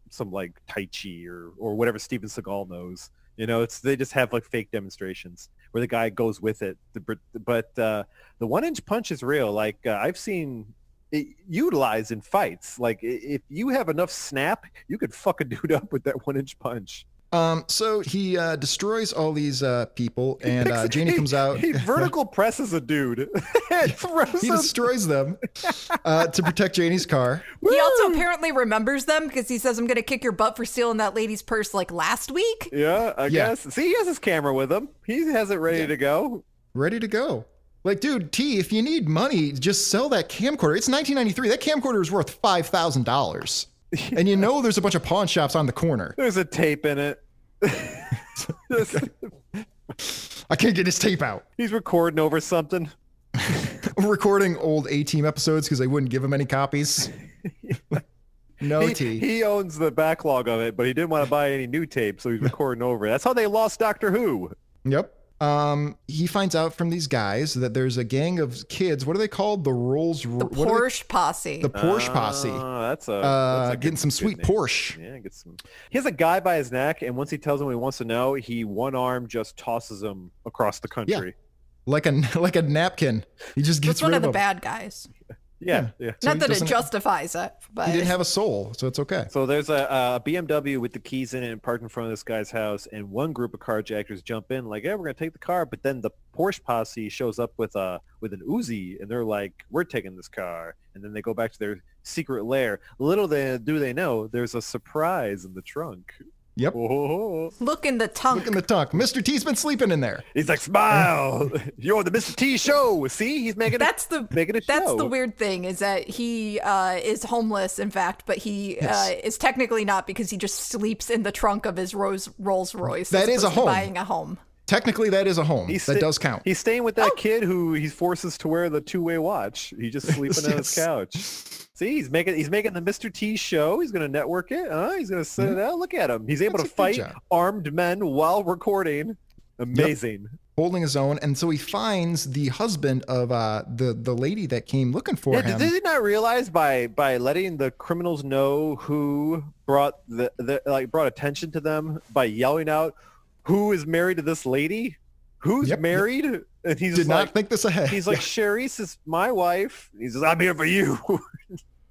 [SPEAKER 4] some like Tai Chi or or whatever Steven Seagal knows. You know, it's they just have like fake demonstrations where the guy goes with it. The, br- but uh, the one inch punch is real. Like uh, I've seen it utilized in fights. Like i- if you have enough snap, you could fuck a dude up with that one inch punch.
[SPEAKER 3] Um, so he uh, destroys all these uh, people, and
[SPEAKER 4] Picks-
[SPEAKER 3] uh, Janie
[SPEAKER 4] he-
[SPEAKER 3] comes out.
[SPEAKER 4] He vertical presses a dude. and throws
[SPEAKER 3] He
[SPEAKER 4] him-
[SPEAKER 3] destroys them uh, to protect Janie's car.
[SPEAKER 5] he also apparently remembers them because he says, "I'm gonna kick your butt for stealing that lady's purse like last week."
[SPEAKER 4] Yeah, I
[SPEAKER 3] Yeah.
[SPEAKER 4] guess. See, he has his camera with him. He has it ready to go.
[SPEAKER 3] ready to go. Like, dude, T, if you need money, just sell that camcorder. It's 1993. That camcorder is worth five thousand dollars, and you know there's a bunch of pawn shops on the corner.
[SPEAKER 4] There's a tape in it.
[SPEAKER 3] I can't get his tape out.
[SPEAKER 4] He's recording over something.
[SPEAKER 3] I'm recording old A Team episodes because they wouldn't give him any copies. no
[SPEAKER 4] he,
[SPEAKER 3] T.
[SPEAKER 4] he owns the backlog of it, but he didn't want to buy any new tape, so he's recording over it. That's how they lost Doctor Who.
[SPEAKER 3] yep. Um, he finds out from these guys that there's a gang of kids. What are they called? The Rolls.
[SPEAKER 5] The Porsche posse.
[SPEAKER 3] The Porsche posse.
[SPEAKER 4] Oh, that's a,
[SPEAKER 3] uh,
[SPEAKER 4] that's a good-
[SPEAKER 3] getting some
[SPEAKER 4] good
[SPEAKER 3] sweet
[SPEAKER 4] name.
[SPEAKER 3] Porsche.
[SPEAKER 4] Yeah, get some. He has a guy by his neck, and once he tells him what he wants to know, he one arm just tosses him across the country.
[SPEAKER 3] Like a like a napkin. He just gets
[SPEAKER 5] That's one
[SPEAKER 3] rid
[SPEAKER 5] of the
[SPEAKER 3] him.
[SPEAKER 5] bad guys.
[SPEAKER 4] Yeah, yeah.
[SPEAKER 3] So he
[SPEAKER 5] Not that it
[SPEAKER 3] doesn't-
[SPEAKER 5] justifies it, but
[SPEAKER 3] He didn't have a soul, so it's okay.
[SPEAKER 4] So there's a, a BMW with the keys in it and parked in front of this guy's house, and one group of carjackers jump in like, "Yeah, we're gonna take the car," but then the Porsche posse shows up with a with an Uzi, and they're like, "We're taking this car," and then they go back to their secret lair. Little they, do they know, there's a surprise in the trunk.
[SPEAKER 3] Yep.
[SPEAKER 4] Oh,
[SPEAKER 5] look in the tongue.
[SPEAKER 3] Look in the tuck. Mr. T's been sleeping in there.
[SPEAKER 4] he's like, "Smile, you're the Mr. T show." See, he's making
[SPEAKER 5] that's the
[SPEAKER 4] making a
[SPEAKER 5] that's
[SPEAKER 4] show.
[SPEAKER 5] the weird thing is that he uh, is homeless in fact but he uh,
[SPEAKER 3] Yes.
[SPEAKER 5] is technically not because he just sleeps in the trunk of his Rose Rolls Royce
[SPEAKER 3] That
[SPEAKER 5] as
[SPEAKER 3] is a
[SPEAKER 5] opposed to
[SPEAKER 3] home.
[SPEAKER 5] buying a home
[SPEAKER 3] Technically, that is a home.
[SPEAKER 4] He's
[SPEAKER 3] that
[SPEAKER 4] sta-
[SPEAKER 3] does count.
[SPEAKER 4] He's staying with
[SPEAKER 3] Oh.
[SPEAKER 4] that kid who he forces to wear the two-way watch. He's just sleeping on his
[SPEAKER 3] Yes.
[SPEAKER 4] couch. See, he's making he's making the Mr. T show. He's gonna network it. Huh? He's gonna set it out. Look at him. He's able
[SPEAKER 3] Mm-hmm. That's
[SPEAKER 4] to
[SPEAKER 3] a good
[SPEAKER 4] fight
[SPEAKER 3] job.
[SPEAKER 4] armed men while recording. Amazing.
[SPEAKER 3] holding his own, and so he finds the husband of uh, the the lady that came looking for
[SPEAKER 4] Yeah,
[SPEAKER 3] him.
[SPEAKER 4] did they not realize by by letting the criminals know who brought the, the like brought attention to them by yelling out who is married to this lady? Who's
[SPEAKER 3] Yep.
[SPEAKER 4] married? And he's
[SPEAKER 3] Did
[SPEAKER 4] like,
[SPEAKER 3] not think this ahead.
[SPEAKER 4] He's like, Charisse is my wife. He says, I'm here for you.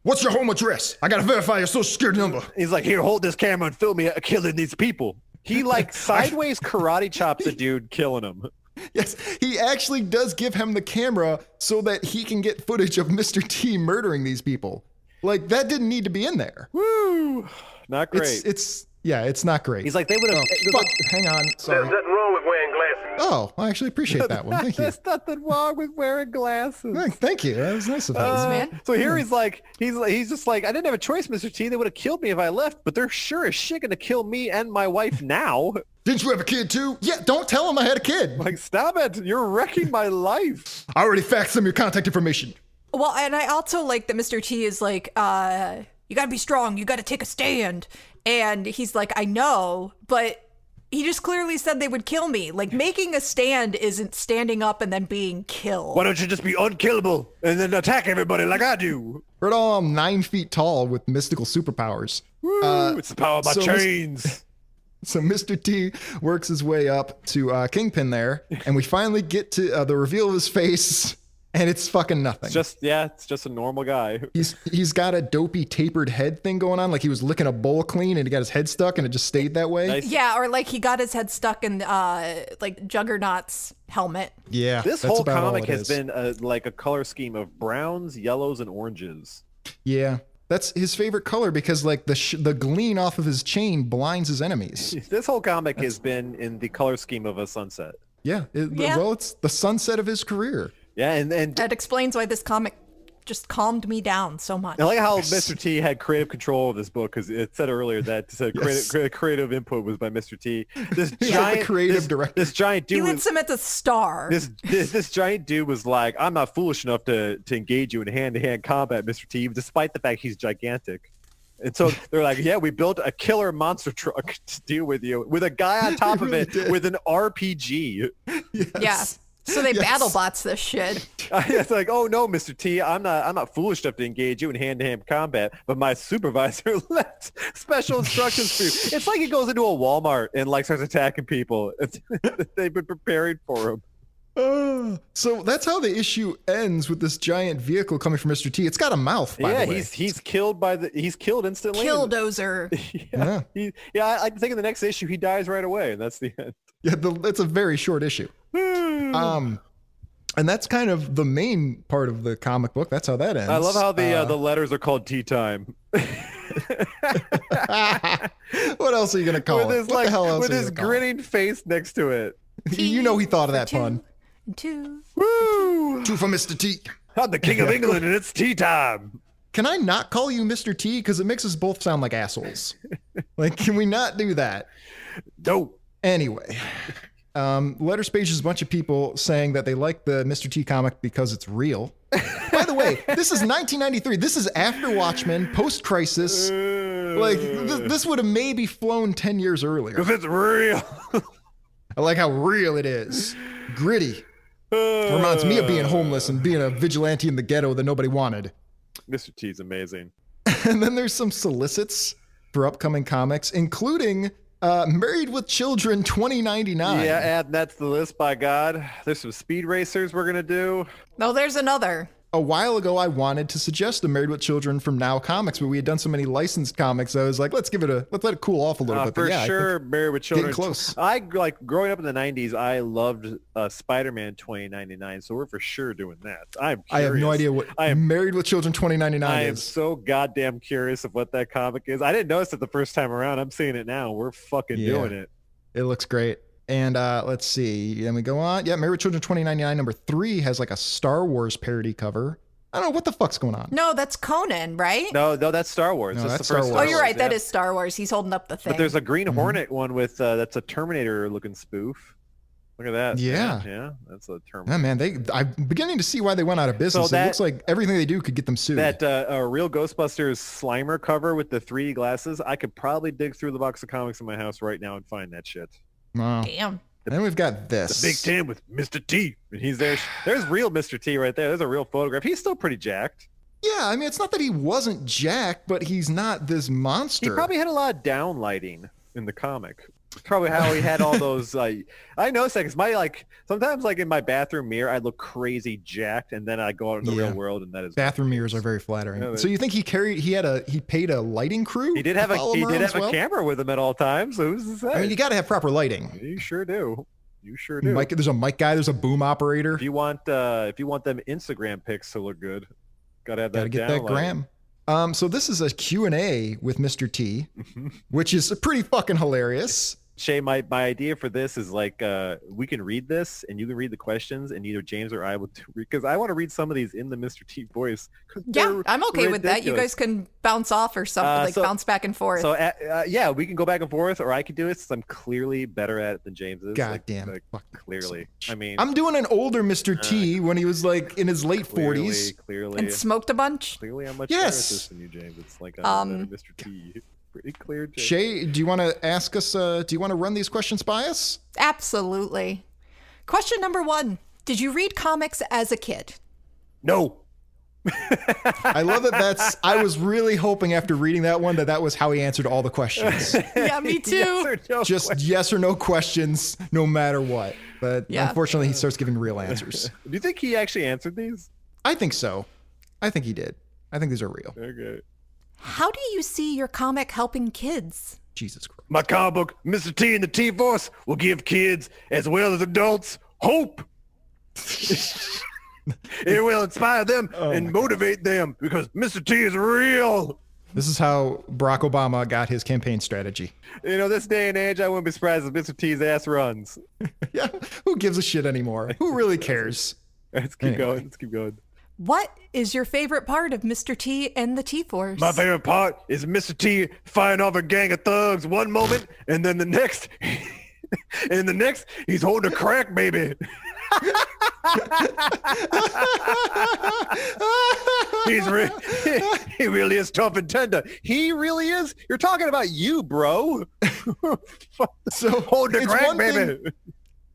[SPEAKER 3] "What's your home address? I gotta verify your social security number."
[SPEAKER 4] He's like, here, hold this camera and film me killing these people. He like sideways karate chops a dude killing him.
[SPEAKER 3] Yes, he actually does give him the camera so that he can get footage of Mr. T murdering these people. Like that didn't need to be in there.
[SPEAKER 4] Woo! Not great.
[SPEAKER 3] It's it's yeah, it's not great.
[SPEAKER 4] He's like, they would have.
[SPEAKER 3] oh, fuck. hang on,
[SPEAKER 2] There's
[SPEAKER 3] sorry.
[SPEAKER 2] nothing wrong with wearing glasses.
[SPEAKER 3] Oh, I actually appreciate that one. Thank you.
[SPEAKER 4] There's nothing wrong with wearing glasses.
[SPEAKER 3] Thank you. That was nice of you.
[SPEAKER 4] Uh,
[SPEAKER 5] man.
[SPEAKER 4] So here he's like, he's he's just like, I didn't have a choice, Mr. T. They would have killed me if I left, but they're sure as shit gonna kill me and my wife now.
[SPEAKER 3] Didn't you have a kid too? Yeah, don't tell him I had a kid.
[SPEAKER 4] Like, stop it! You're wrecking my life.
[SPEAKER 3] I already faxed him your contact information.
[SPEAKER 5] well and I also like that Mr. T is like uh, you gotta be strong you gotta take a stand and he's like I know but he just clearly said they would kill me like making a stand isn't standing up and then being killed
[SPEAKER 4] Why don't you just be unkillable and then attack everybody like I do?
[SPEAKER 3] We're all nine feet tall with mystical superpowers.
[SPEAKER 4] Woo, it's the power of my
[SPEAKER 3] Uh, so Mr.
[SPEAKER 4] chains.
[SPEAKER 3] So Mr. T works his way up to uh, Kingpin there, and we finally get to uh, the reveal of his face, and it's fucking nothing.
[SPEAKER 4] just yeah, it's just a normal guy.
[SPEAKER 3] he's he's got a dopey tapered head thing going on, like he was licking a bowl clean and he got his head stuck and it just stayed that way.
[SPEAKER 4] Nice.
[SPEAKER 5] Yeah, or like he got his head stuck in uh like Juggernaut's helmet.
[SPEAKER 3] Yeah,
[SPEAKER 4] This
[SPEAKER 3] that's
[SPEAKER 4] whole
[SPEAKER 3] about all
[SPEAKER 4] comic
[SPEAKER 3] it
[SPEAKER 4] has
[SPEAKER 3] is.
[SPEAKER 4] been a, like a color scheme of browns, yellows, and oranges.
[SPEAKER 3] Yeah, that's his favorite color because like the sh- the glean off of his chain blinds his enemies.
[SPEAKER 4] This whole comic has been in the color scheme of a sunset.
[SPEAKER 3] Yeah, it-
[SPEAKER 5] Yeah.
[SPEAKER 3] well, it's the sunset of his career.
[SPEAKER 4] Yeah, and and
[SPEAKER 5] That explains why this comic just calmed me down so much.
[SPEAKER 4] I like how Mr. T had creative control of this book because it said earlier that it said
[SPEAKER 3] Yes.
[SPEAKER 4] creative, creative input was by Mr. T. This
[SPEAKER 3] the
[SPEAKER 4] giant
[SPEAKER 3] creative
[SPEAKER 4] this,
[SPEAKER 3] director.
[SPEAKER 4] This giant
[SPEAKER 5] He
[SPEAKER 4] dude. was-
[SPEAKER 5] lets him at the star.
[SPEAKER 4] this, this this giant dude was like, I'm not foolish enough to, to engage you in hand to hand combat, Mr. T, despite the fact he's gigantic. And so they're like, yeah, we built a killer monster truck to deal with you with a guy on top of it with an RPG.
[SPEAKER 5] yeah. So they
[SPEAKER 3] Yes.
[SPEAKER 5] battle bots this shit.
[SPEAKER 4] it's like, oh no, Mr. T, I'm not I'm not foolish enough to engage you in hand to hand combat, but my supervisor left special instructions for you. It's like he goes into a Walmart and like starts attacking people. They've been preparing for him. Ah.
[SPEAKER 3] Uh, so that's how the issue ends with this giant vehicle coming from Mr. T. It's got a mouth, by
[SPEAKER 4] yeah,
[SPEAKER 3] the way.
[SPEAKER 4] he's he's killed by the he's killed instantly. and-
[SPEAKER 5] Killdozer.
[SPEAKER 3] yeah.
[SPEAKER 4] He, yeah, I, I think in the next issue he dies right away, and that's the end.
[SPEAKER 3] Yeah, the, that's a very short issue.
[SPEAKER 4] Hmm.
[SPEAKER 3] Um, and that's kind of the main part of the comic book. That's how that ends.
[SPEAKER 4] I love how the uh, the letters are called tea time.
[SPEAKER 3] what else are you gonna call
[SPEAKER 4] with
[SPEAKER 3] it?
[SPEAKER 4] his
[SPEAKER 3] Oh, what
[SPEAKER 4] like
[SPEAKER 3] the hell else
[SPEAKER 4] with
[SPEAKER 3] are you
[SPEAKER 4] his
[SPEAKER 3] gonna call it?
[SPEAKER 4] grinning face next to it.
[SPEAKER 3] You know he thought of that
[SPEAKER 5] Two
[SPEAKER 3] pun.
[SPEAKER 5] and Two.
[SPEAKER 4] Woo!
[SPEAKER 3] Two for Mr. T.
[SPEAKER 4] I'm the king of England, and it's tea time.
[SPEAKER 3] Can I not call you Mr. T? Because it makes us both sound like assholes. like, can we not do that?
[SPEAKER 4] Dope.
[SPEAKER 3] Anyway, um, letters page is a bunch of people saying that they like the Mr. T comic because it's real. By the way, this is 1993. This is after Watchmen, post Crisis. Like th- this would have maybe flown 10 years earlier.
[SPEAKER 4] If it's real,
[SPEAKER 3] I like how real it is. Gritty. Reminds me of being homeless and being a vigilante in the ghetto that nobody wanted.
[SPEAKER 4] Mr. T's amazing.
[SPEAKER 3] And then there's some solicits for upcoming comics, including uh, Married with Children 2099.
[SPEAKER 4] Yeah, add that to the list by God. There's some speed racers we're gonna do. uh,
[SPEAKER 5] No, Oh, there's another.
[SPEAKER 3] a while ago I wanted to suggest the Married with Children from Now Comics, but we had done so many licensed comics. I was like, let's give it a let's let it cool off a little
[SPEAKER 4] Uh,
[SPEAKER 3] bit. But
[SPEAKER 4] for
[SPEAKER 3] yeah, I think-
[SPEAKER 4] sure, Married with Children.
[SPEAKER 3] close.
[SPEAKER 4] I like growing up in the '90s. I loved uh, Spider-Man 2099, so we're for sure doing that. I'm.
[SPEAKER 3] I, have no
[SPEAKER 4] curious.
[SPEAKER 3] idea what
[SPEAKER 4] I am.
[SPEAKER 3] Married with Children 2099
[SPEAKER 4] I am
[SPEAKER 3] is.
[SPEAKER 4] so goddamn curious of what that comic is. I didn't notice it the first time around. I'm seeing it now. We're fucking
[SPEAKER 3] Yeah.
[SPEAKER 4] doing it.
[SPEAKER 3] It looks great. And uh, let's see. Then we go on. Yeah, Married with Children 2099 number three has like a Star Wars parody cover. I don't know what the fuck's going on.
[SPEAKER 5] No, that's Conan, right?
[SPEAKER 4] No, no, that's Star Wars.
[SPEAKER 3] No,
[SPEAKER 4] This is
[SPEAKER 3] that's
[SPEAKER 4] the first
[SPEAKER 3] Star
[SPEAKER 5] oh,
[SPEAKER 3] Wars. Mm-hmm.
[SPEAKER 5] you're right. That
[SPEAKER 4] yeah.
[SPEAKER 5] is Star Wars. He's holding up the thing.
[SPEAKER 4] But there's a Green Hornet one with uh, that's a Terminator looking spoof. Look at that.
[SPEAKER 3] Yeah.
[SPEAKER 4] yeah, that's a Terminator.
[SPEAKER 3] Yeah, man, they. I'm beginning to see why they went out of business.
[SPEAKER 4] that-
[SPEAKER 3] it looks like everything they do could get them sued.
[SPEAKER 4] That uh, uh, real Ghostbusters Slimer cover with the 3D glasses, I could probably dig through the box of comics in my house right now and find that shit.
[SPEAKER 3] wow.
[SPEAKER 5] Damn.
[SPEAKER 3] Then we've got this.
[SPEAKER 4] Big Ten with Mr. T, and he's there. There's real Mr. T right there. There's a real photograph. He's still pretty jacked.
[SPEAKER 3] Yeah, I mean, it's not that he wasn't Jack, but he's not this monster.
[SPEAKER 4] He probably had a lot of downlighting in the comic. Probably how he had all those. Uh, I noticed that because my like sometimes like in my bathroom mirror, I look crazy jacked, and then I go out in the
[SPEAKER 3] Yeah.
[SPEAKER 4] real world, and that is
[SPEAKER 3] Bathroom mirrors are very flattering.
[SPEAKER 4] Yeah, they-
[SPEAKER 3] so you think he carried? He had a he paid a lighting crew.
[SPEAKER 4] He did have
[SPEAKER 3] to
[SPEAKER 4] a
[SPEAKER 3] follow him
[SPEAKER 4] he did
[SPEAKER 3] around
[SPEAKER 4] have
[SPEAKER 3] as
[SPEAKER 4] a
[SPEAKER 3] well?
[SPEAKER 4] camera with him at all times. So who's to say?
[SPEAKER 3] I mean, you got to have proper lighting.
[SPEAKER 4] You sure do. You sure do.
[SPEAKER 3] Mike, there's a mic guy. There's a boom operator.
[SPEAKER 4] if you want uh if you want them Instagram pics to look good, gotta have
[SPEAKER 3] Got to
[SPEAKER 4] that.
[SPEAKER 3] get that
[SPEAKER 4] downloaded.
[SPEAKER 3] gram. Um, so this is a Q and A with Mr. T,
[SPEAKER 4] Mm-hmm.
[SPEAKER 3] which is pretty fucking hilarious.
[SPEAKER 4] Shay, my my idea for this is like uh we can read this and you can read the questions and either James or I will because I want to read some of these in the Mr. T voice. 'cause
[SPEAKER 5] Yeah,
[SPEAKER 4] they're
[SPEAKER 5] I'm okay with that. You
[SPEAKER 4] ridiculous.
[SPEAKER 5] guys can bounce off or something,
[SPEAKER 4] Uh,
[SPEAKER 5] like
[SPEAKER 4] so-
[SPEAKER 5] bounce back and forth.
[SPEAKER 4] So uh, uh, yeah, we can go back and forth, or I could do it since I'm clearly better at it than James is.
[SPEAKER 3] God
[SPEAKER 4] like-
[SPEAKER 3] damn.
[SPEAKER 4] like,
[SPEAKER 3] fuck.
[SPEAKER 4] clearly. I mean,
[SPEAKER 3] I'm doing an older Mr. T when he was like in his late
[SPEAKER 4] clearly,
[SPEAKER 3] 40s.
[SPEAKER 4] Clearly,
[SPEAKER 5] and smoked a bunch.
[SPEAKER 4] clearly I'm much better
[SPEAKER 3] Yes.
[SPEAKER 4] at this than you, James. It's like I'm
[SPEAKER 5] Um,
[SPEAKER 4] better at Mr. T. Pretty clear, James.
[SPEAKER 3] Shay, do you want to ask us? Uh, do you want to run these questions by us?
[SPEAKER 5] Absolutely. Question number one Did you read comics as a kid?
[SPEAKER 4] No.
[SPEAKER 3] I love that. That's. I was really hoping after reading that one that that was how he answered all the questions.
[SPEAKER 5] Yeah, me too.
[SPEAKER 4] Yes or no
[SPEAKER 3] Just yes or no questions, no matter what. But
[SPEAKER 5] Yeah.
[SPEAKER 3] unfortunately, he starts giving real answers.
[SPEAKER 4] Do you think he actually answered these?
[SPEAKER 3] I think so. I think he did. I think these are real.
[SPEAKER 4] Okay.
[SPEAKER 5] How do you see your comic helping kids?
[SPEAKER 3] Jesus Christ.
[SPEAKER 4] My comic book, Mr. T and the T Force, will give kids as well as adults hope. it will inspire them and motivate them because Mr. T is real.
[SPEAKER 3] This is how Barack Obama got his campaign strategy.
[SPEAKER 4] You know, this day and age, I wouldn't be surprised if Mr. T's ass runs.
[SPEAKER 3] Yeah. Who gives a shit anymore? Who really cares?
[SPEAKER 4] Let's keep going. Let's keep going.
[SPEAKER 5] What is your favorite part of Mr. T and the T Force?
[SPEAKER 4] My favorite part is Mr. T firing off a gang of thugs one moment, and then the next, and the next, he's holding a crack baby. he's re- he really is tough and tender. He really is. You're talking about you, bro.
[SPEAKER 3] So
[SPEAKER 4] holding a
[SPEAKER 3] it's
[SPEAKER 4] crack
[SPEAKER 3] one thing-
[SPEAKER 4] baby.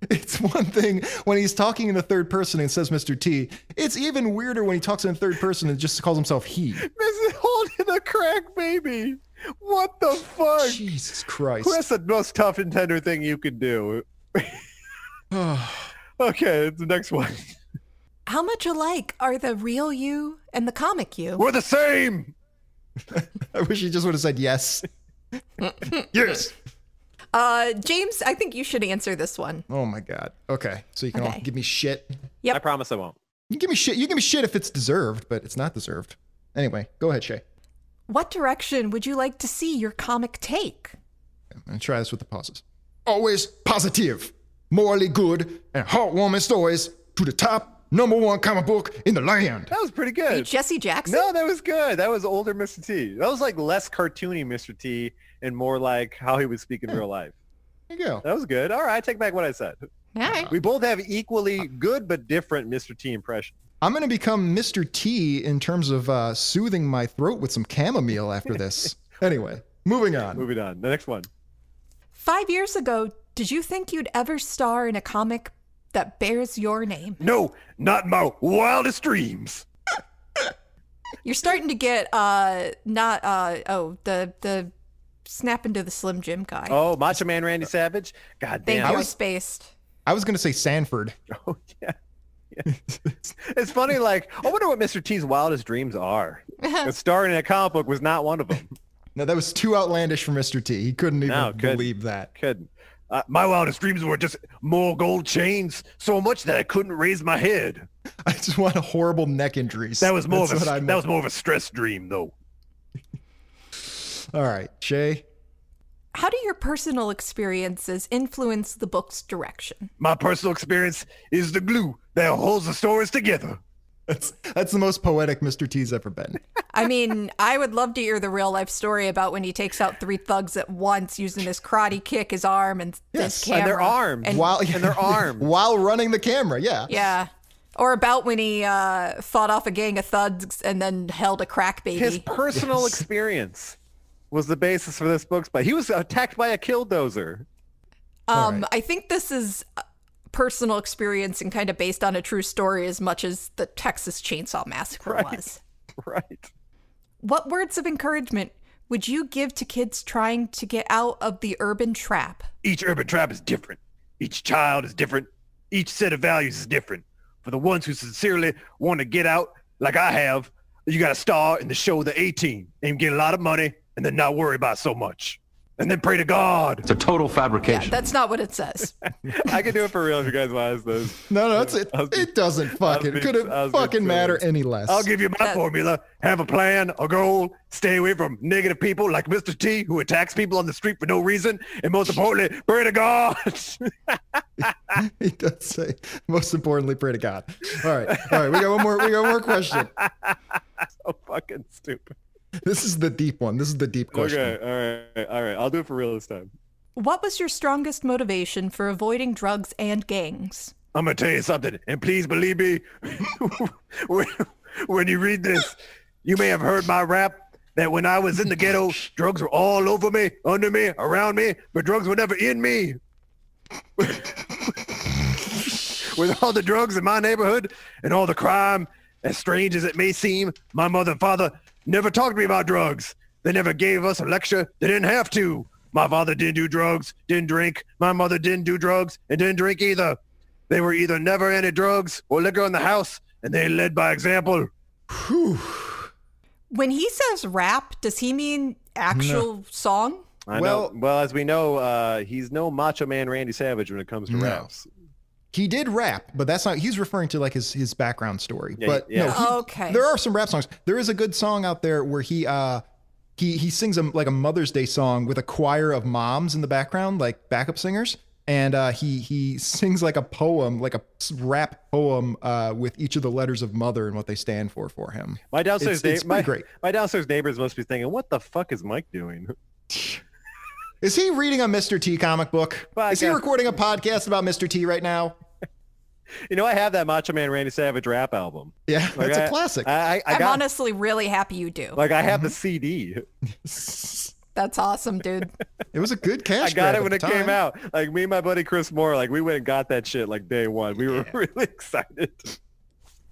[SPEAKER 3] It's one thing when he's talking in the third person and says Mr. T. It's even weirder when he talks in the third person and just calls himself he.
[SPEAKER 4] Mrs. holding a crack baby. What the fuck?
[SPEAKER 3] Jesus Christ.
[SPEAKER 4] That's the most tough and tender thing you can do. okay, the next one.
[SPEAKER 5] How much alike are the real you and the comic you?
[SPEAKER 4] We're the same.
[SPEAKER 3] I wish he just would have said yes. yes.
[SPEAKER 5] Uh, James, I think you should answer this one.
[SPEAKER 3] Oh my God. Okay. So you can
[SPEAKER 5] Okay.
[SPEAKER 3] all give me shit.
[SPEAKER 5] Yep. I
[SPEAKER 4] promise I won't.
[SPEAKER 3] You give me shit. You give me shit if it's deserved, but it's not deserved. Anyway, go ahead, Shay.
[SPEAKER 5] What direction would you like to see your comic take?
[SPEAKER 3] I'm gonna try this with the pauses. Always positive, morally good, and heartwarming stories to the top number one comic book in the land.
[SPEAKER 4] That was pretty good.
[SPEAKER 5] Jesse Jackson?
[SPEAKER 4] No, that was good. That was older Mr. T. That was like less cartoony Mr. T and more like how he would speak in real life.
[SPEAKER 3] There you go.
[SPEAKER 4] That was good. All right, I take back what I said.
[SPEAKER 5] All right.
[SPEAKER 4] We both have equally good but different Mr. T impressions.
[SPEAKER 3] I'm gonna become Mr. T in terms of uh, soothing my throat with some chamomile after this. anyway, moving on.
[SPEAKER 4] Moving on. The next one.
[SPEAKER 5] Five years ago, Did you think you'd ever star in a comic that bears your name?
[SPEAKER 4] No, not my wildest dreams.
[SPEAKER 5] You're starting to get uh not uh oh the the snap into the Slim Jim guy.
[SPEAKER 4] Oh, Macho Man Randy Savage. God
[SPEAKER 5] Thank
[SPEAKER 4] damn.
[SPEAKER 5] you.
[SPEAKER 3] was-
[SPEAKER 5] spaced.
[SPEAKER 3] I was going to say Sanford.
[SPEAKER 4] Oh, yeah. Yeah. it's funny. Like, I wonder what Mr. T's wildest dreams are. 'Cause starring in a comic book was not one of them.
[SPEAKER 3] No, that was too outlandish for Mr. T. He couldn't even
[SPEAKER 4] No, couldn't.
[SPEAKER 3] believe that.
[SPEAKER 4] Couldn't. Uh, my wildest dreams were just more gold chains, so much that I couldn't raise my head.
[SPEAKER 3] I just want a horrible neck injuries.
[SPEAKER 4] That was more
[SPEAKER 3] That's
[SPEAKER 4] of a
[SPEAKER 3] what I'm-
[SPEAKER 4] that was more of a stress dream, though.
[SPEAKER 3] All right, Shay.
[SPEAKER 5] How do your personal experiences influence the book's direction?
[SPEAKER 4] My personal experience is the glue that holds the stories together.
[SPEAKER 3] That's that's the most poetic Mr. T's ever been.
[SPEAKER 5] I mean, I would love to hear the real life story about when he takes out three thugs at once using his karate kick, his arm, and
[SPEAKER 3] Yes,
[SPEAKER 5] his camera.
[SPEAKER 4] and their arms.
[SPEAKER 5] And-
[SPEAKER 3] While
[SPEAKER 4] And their arm.
[SPEAKER 3] while running the camera, yeah.
[SPEAKER 5] Yeah. Or about when he uh, fought off a gang of thugs and then held a crack baby.
[SPEAKER 4] His personal experience was the basis for this book's but he was attacked by a killdozer.
[SPEAKER 5] Um,
[SPEAKER 3] Alright.
[SPEAKER 5] I think this is uh, personal experience and kind of based on a true story as much as the Texas Chainsaw Massacre
[SPEAKER 4] Right.
[SPEAKER 5] was.
[SPEAKER 4] Right.
[SPEAKER 5] What words of encouragement would you give to kids trying to get out of the urban trap?
[SPEAKER 4] Each urban tribe is different. Each child is different. Each set of values is different. For the ones who sincerely want to get out, like I have, you got to star in the show The A Team and get a lot of money and then not worry about so much. And then pray to God.
[SPEAKER 6] It's a total
[SPEAKER 5] Yeah,
[SPEAKER 6] fabrication.
[SPEAKER 5] that's not what it says.
[SPEAKER 4] I can do it for real if you guys want this.
[SPEAKER 3] No, no, it's, it,
[SPEAKER 4] I was being-
[SPEAKER 3] it doesn't fucking
[SPEAKER 4] being- I
[SPEAKER 3] couldn't
[SPEAKER 4] was being
[SPEAKER 3] fucking matter
[SPEAKER 4] serious.
[SPEAKER 3] any less.
[SPEAKER 4] I'll give you my
[SPEAKER 5] That-
[SPEAKER 4] formula. Have a plan, a goal, stay away from negative people like Mr. T, who attacks people on the street for no reason, and most importantly, pray to God.
[SPEAKER 3] he does say, most importantly, pray to God. All right, all right, we got one more. We got one more question.
[SPEAKER 4] so fucking stupid.
[SPEAKER 3] This is the deep one. This is the deep question.
[SPEAKER 4] all right, all right. I'll do it for real this time.
[SPEAKER 5] what was your strongest motivation for avoiding drugs and gangs?
[SPEAKER 4] I'm gonna tell you something, and please believe me. when, when you read this, you may have heard my rap that when I was in the ghetto, drugs were all over me, under me, around me, but drugs were never in me. With all the drugs in my neighborhood and all the crime, as strange as it may seem, my mother and father never talked to me about drugs. They never gave us a lecture. They didn't have to. My father didn't do drugs, didn't drink. My mother didn't do drugs and didn't drink either. They were either never any drugs or liquor in the house, and they led by example.
[SPEAKER 5] When he says rap, does he mean actual song?
[SPEAKER 4] I
[SPEAKER 3] Well-
[SPEAKER 4] know. well, as we know, uh, he's no Macho Man Randy Savage when it comes to
[SPEAKER 3] No.
[SPEAKER 4] raps.
[SPEAKER 3] He did rap, but that's not. He's referring to like his his background story.
[SPEAKER 4] Yeah,
[SPEAKER 3] but
[SPEAKER 4] yeah.
[SPEAKER 3] no, he-
[SPEAKER 5] Okay.
[SPEAKER 3] There are some rap songs. There is a good song out there where he uh he he sings a, like a Mother's Day song with a choir of moms in the background, like backup singers, and uh, he he sings like a poem, like a s- rap poem uh, with each of the letters of mother and what they stand for for him.
[SPEAKER 4] My downstairs,
[SPEAKER 3] It's- it's
[SPEAKER 4] neigh- my,
[SPEAKER 3] pretty great.
[SPEAKER 4] my downstairs neighbors must be thinking, "What the fuck is Mike doing?"
[SPEAKER 3] Is he reading a Mr. T comic book?
[SPEAKER 4] Well, I
[SPEAKER 3] is he
[SPEAKER 4] guess-
[SPEAKER 3] recording a podcast about Mr. T right now?
[SPEAKER 4] You know, I have that Macho Man Randy Savage rap album.
[SPEAKER 3] Yeah,
[SPEAKER 4] Like,
[SPEAKER 3] that's a
[SPEAKER 4] I-
[SPEAKER 3] classic. Mm-hmm.
[SPEAKER 4] I, I, I
[SPEAKER 5] I'm
[SPEAKER 4] got,
[SPEAKER 5] honestly really happy you do.
[SPEAKER 4] like I have the CD.
[SPEAKER 5] That's awesome, dude.
[SPEAKER 3] it was a good cash.
[SPEAKER 4] I got
[SPEAKER 3] grab
[SPEAKER 4] it
[SPEAKER 3] at
[SPEAKER 4] when
[SPEAKER 3] the
[SPEAKER 4] it came
[SPEAKER 3] time.
[SPEAKER 4] out. Like me and my buddy Chris Moore, like we went and got that shit like day one. We were really excited.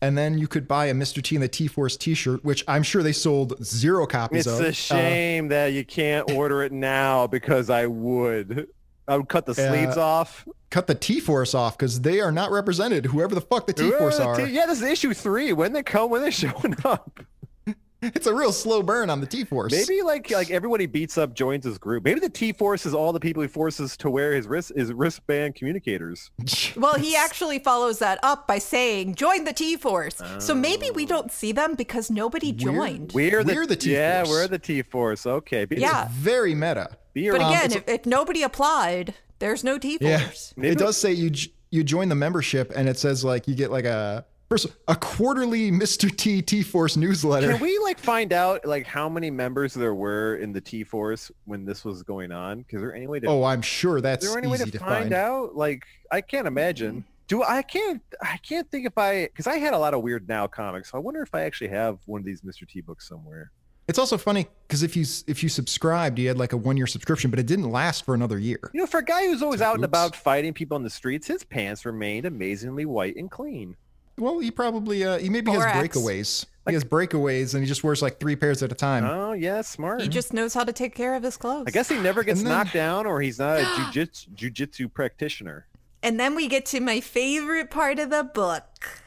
[SPEAKER 3] and then you could buy a Mr. T and the T Force T-shirt, which I'm sure they sold zero copies
[SPEAKER 4] It's
[SPEAKER 3] of. Uh,
[SPEAKER 4] a shame that you can't order it now because I would. I would cut the
[SPEAKER 3] Yeah.
[SPEAKER 4] sleeves off.
[SPEAKER 3] cut the T Force off because they are not represented. Whoever the fuck the T Force
[SPEAKER 4] Ooh,
[SPEAKER 3] are,
[SPEAKER 4] T- yeah, this is issue three. When they come, when they showing up.
[SPEAKER 3] it's a real slow burn on the T Force.
[SPEAKER 4] Maybe like like everyone he beats up joins his group. Maybe the T Force is all the people he forces to wear his wrist his wristband communicators.
[SPEAKER 5] Well, he actually follows that up by saying, "Join the T Force." So maybe we don't see them because nobody joined.
[SPEAKER 4] We're the,
[SPEAKER 3] We're the T-Force.
[SPEAKER 4] Yeah, we're the T Force. Okay. Be,
[SPEAKER 5] Yeah.
[SPEAKER 3] very meta.
[SPEAKER 4] Be
[SPEAKER 5] But
[SPEAKER 4] around-
[SPEAKER 5] again, if, if nobody applied, there's no T
[SPEAKER 3] Yeah,
[SPEAKER 5] Force.
[SPEAKER 4] Maybe-
[SPEAKER 3] it does say you j- you join the membership, and it says like you get like a first a quarterly Mr. T T Force newsletter.
[SPEAKER 4] Can we like find out like how many members there were in the T Force when this was going on? Is there any way to
[SPEAKER 3] oh, I'm sure that's
[SPEAKER 4] Is there any way
[SPEAKER 3] easy
[SPEAKER 4] to,
[SPEAKER 3] to
[SPEAKER 4] find,
[SPEAKER 3] find.
[SPEAKER 4] out? Like, I can't imagine. Do I can't I can't think if I because I had a lot of weird now comics. So I wonder if I actually have one of these Mr. T books somewhere.
[SPEAKER 3] It's also funny because if you if you subscribed, you had like a one year subscription, but it didn't last for another year.
[SPEAKER 4] You know, for a guy who's always out and
[SPEAKER 3] Oops.
[SPEAKER 4] about fighting people on the streets, his pants remained amazingly white and clean.
[SPEAKER 3] Well, he probably uh, he maybe has
[SPEAKER 5] Borax.
[SPEAKER 3] breakaways. he has breakaways, and he just wears like three pairs at a time.
[SPEAKER 4] Oh yeah, smart.
[SPEAKER 5] He just knows how to take care of his clothes.
[SPEAKER 4] I guess he never gets
[SPEAKER 3] And then-
[SPEAKER 4] knocked down, or he's not a jujitsu jujitsu practitioner.
[SPEAKER 5] And then we get to my favorite part of the book.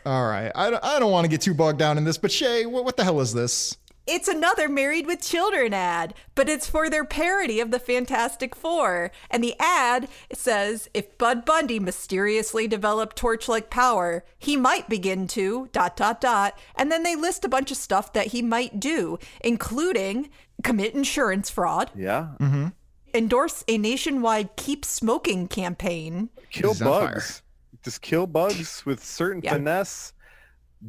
[SPEAKER 3] All right, I don't, I don't want to get too bogged down in this, but Shay, what, what the hell is this?
[SPEAKER 5] It's another Married with Children ad, but it's for their parody of the Fantastic Four. And the ad says if Bud Bundy mysteriously developed torch like power, he might begin to dot dot dot. And then they list a bunch of stuff that he might do, including commit insurance fraud,
[SPEAKER 4] Yeah,
[SPEAKER 3] Mm-hmm.
[SPEAKER 5] endorse a nationwide keep smoking campaign,
[SPEAKER 4] kill
[SPEAKER 3] He's on fire.
[SPEAKER 4] bugs. Just kill bugs with certain
[SPEAKER 5] Yeah.
[SPEAKER 4] finesse.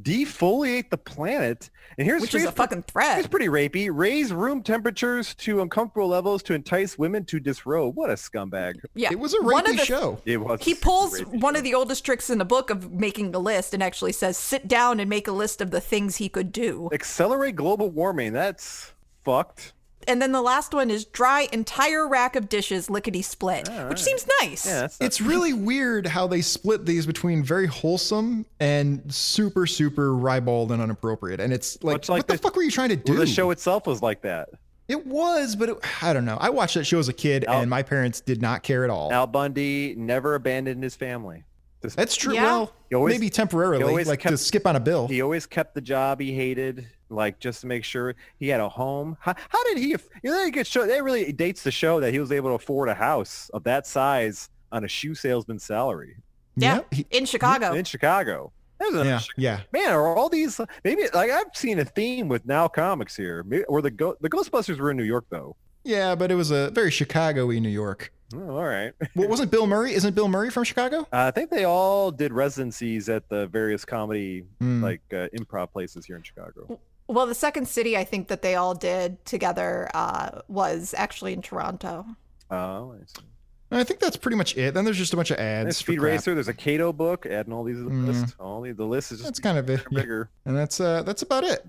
[SPEAKER 4] Defoliate the planet. And here's
[SPEAKER 5] which is
[SPEAKER 4] here's
[SPEAKER 5] a fucking
[SPEAKER 4] It's
[SPEAKER 5] threat.
[SPEAKER 4] pretty rapey. Raise room temperatures to uncomfortable levels to entice women to disrobe. What a scumbag.
[SPEAKER 5] Yeah.
[SPEAKER 3] It was a
[SPEAKER 5] One of
[SPEAKER 3] rapey
[SPEAKER 5] the-
[SPEAKER 3] show.
[SPEAKER 4] It was.
[SPEAKER 5] He pulls
[SPEAKER 4] rapey.
[SPEAKER 5] one of the oldest tricks in the book of making a list and actually says, sit down and make a list of the things he could do.
[SPEAKER 4] Accelerate global warming. That's fucked.
[SPEAKER 5] And then the last one is dry entire rack of dishes lickety split, which seems nice.
[SPEAKER 4] Yeah, that's not-
[SPEAKER 3] It's really weird how they split these between very wholesome and super super ribald and inappropriate. And it's like,
[SPEAKER 4] Much like
[SPEAKER 3] what the
[SPEAKER 4] the-
[SPEAKER 3] fuck were you trying to do?
[SPEAKER 4] well, the show itself was like that.
[SPEAKER 3] It was, but it, I don't know. I watched that show as a kid, and my parents did not care at all.
[SPEAKER 4] Al Bundy never abandoned his family. This-
[SPEAKER 3] That's true.
[SPEAKER 5] Yeah.
[SPEAKER 3] Well,
[SPEAKER 4] He always-
[SPEAKER 3] maybe
[SPEAKER 4] he
[SPEAKER 3] temporarily,
[SPEAKER 4] always
[SPEAKER 3] like to
[SPEAKER 4] kept-
[SPEAKER 3] skip on a bill.
[SPEAKER 4] He always kept the job he hated, like just to make sure he had a home. How, how did he? You know, that gets show. That really dates the show that he was able to afford a house of that size on a shoe salesman's salary
[SPEAKER 5] Yeah,
[SPEAKER 3] he-
[SPEAKER 5] in Chicago.
[SPEAKER 4] in Chicago. That was an
[SPEAKER 3] yeah, yeah.
[SPEAKER 4] man, are all these maybe like I've seen a theme with now comics here, May- or the Go- the Ghostbusters were in New York though.
[SPEAKER 3] Yeah, but it was a very Chicago-y New York.
[SPEAKER 4] Oh, all right, uh,
[SPEAKER 3] Well, wasn't Bill Murray? Isn't Bill Murray from Chicago?
[SPEAKER 4] I think they all did residencies at the various comedy
[SPEAKER 3] Hmm.
[SPEAKER 4] like uh, improv places here in Chicago.
[SPEAKER 5] well, the second city I think that they all did together uh, was actually in Toronto.
[SPEAKER 4] Oh, I see.
[SPEAKER 3] I think that's pretty much it. Then there's just a bunch of
[SPEAKER 4] there's
[SPEAKER 3] ads. for
[SPEAKER 4] Speed
[SPEAKER 3] crap.
[SPEAKER 4] Racer. There's a Kato book. Adding all these to the
[SPEAKER 3] Hmm.
[SPEAKER 4] list. All the, the list is just
[SPEAKER 3] That's kind of it.
[SPEAKER 4] bigger and
[SPEAKER 3] yeah.
[SPEAKER 4] bigger.
[SPEAKER 3] And that's uh, that's about it.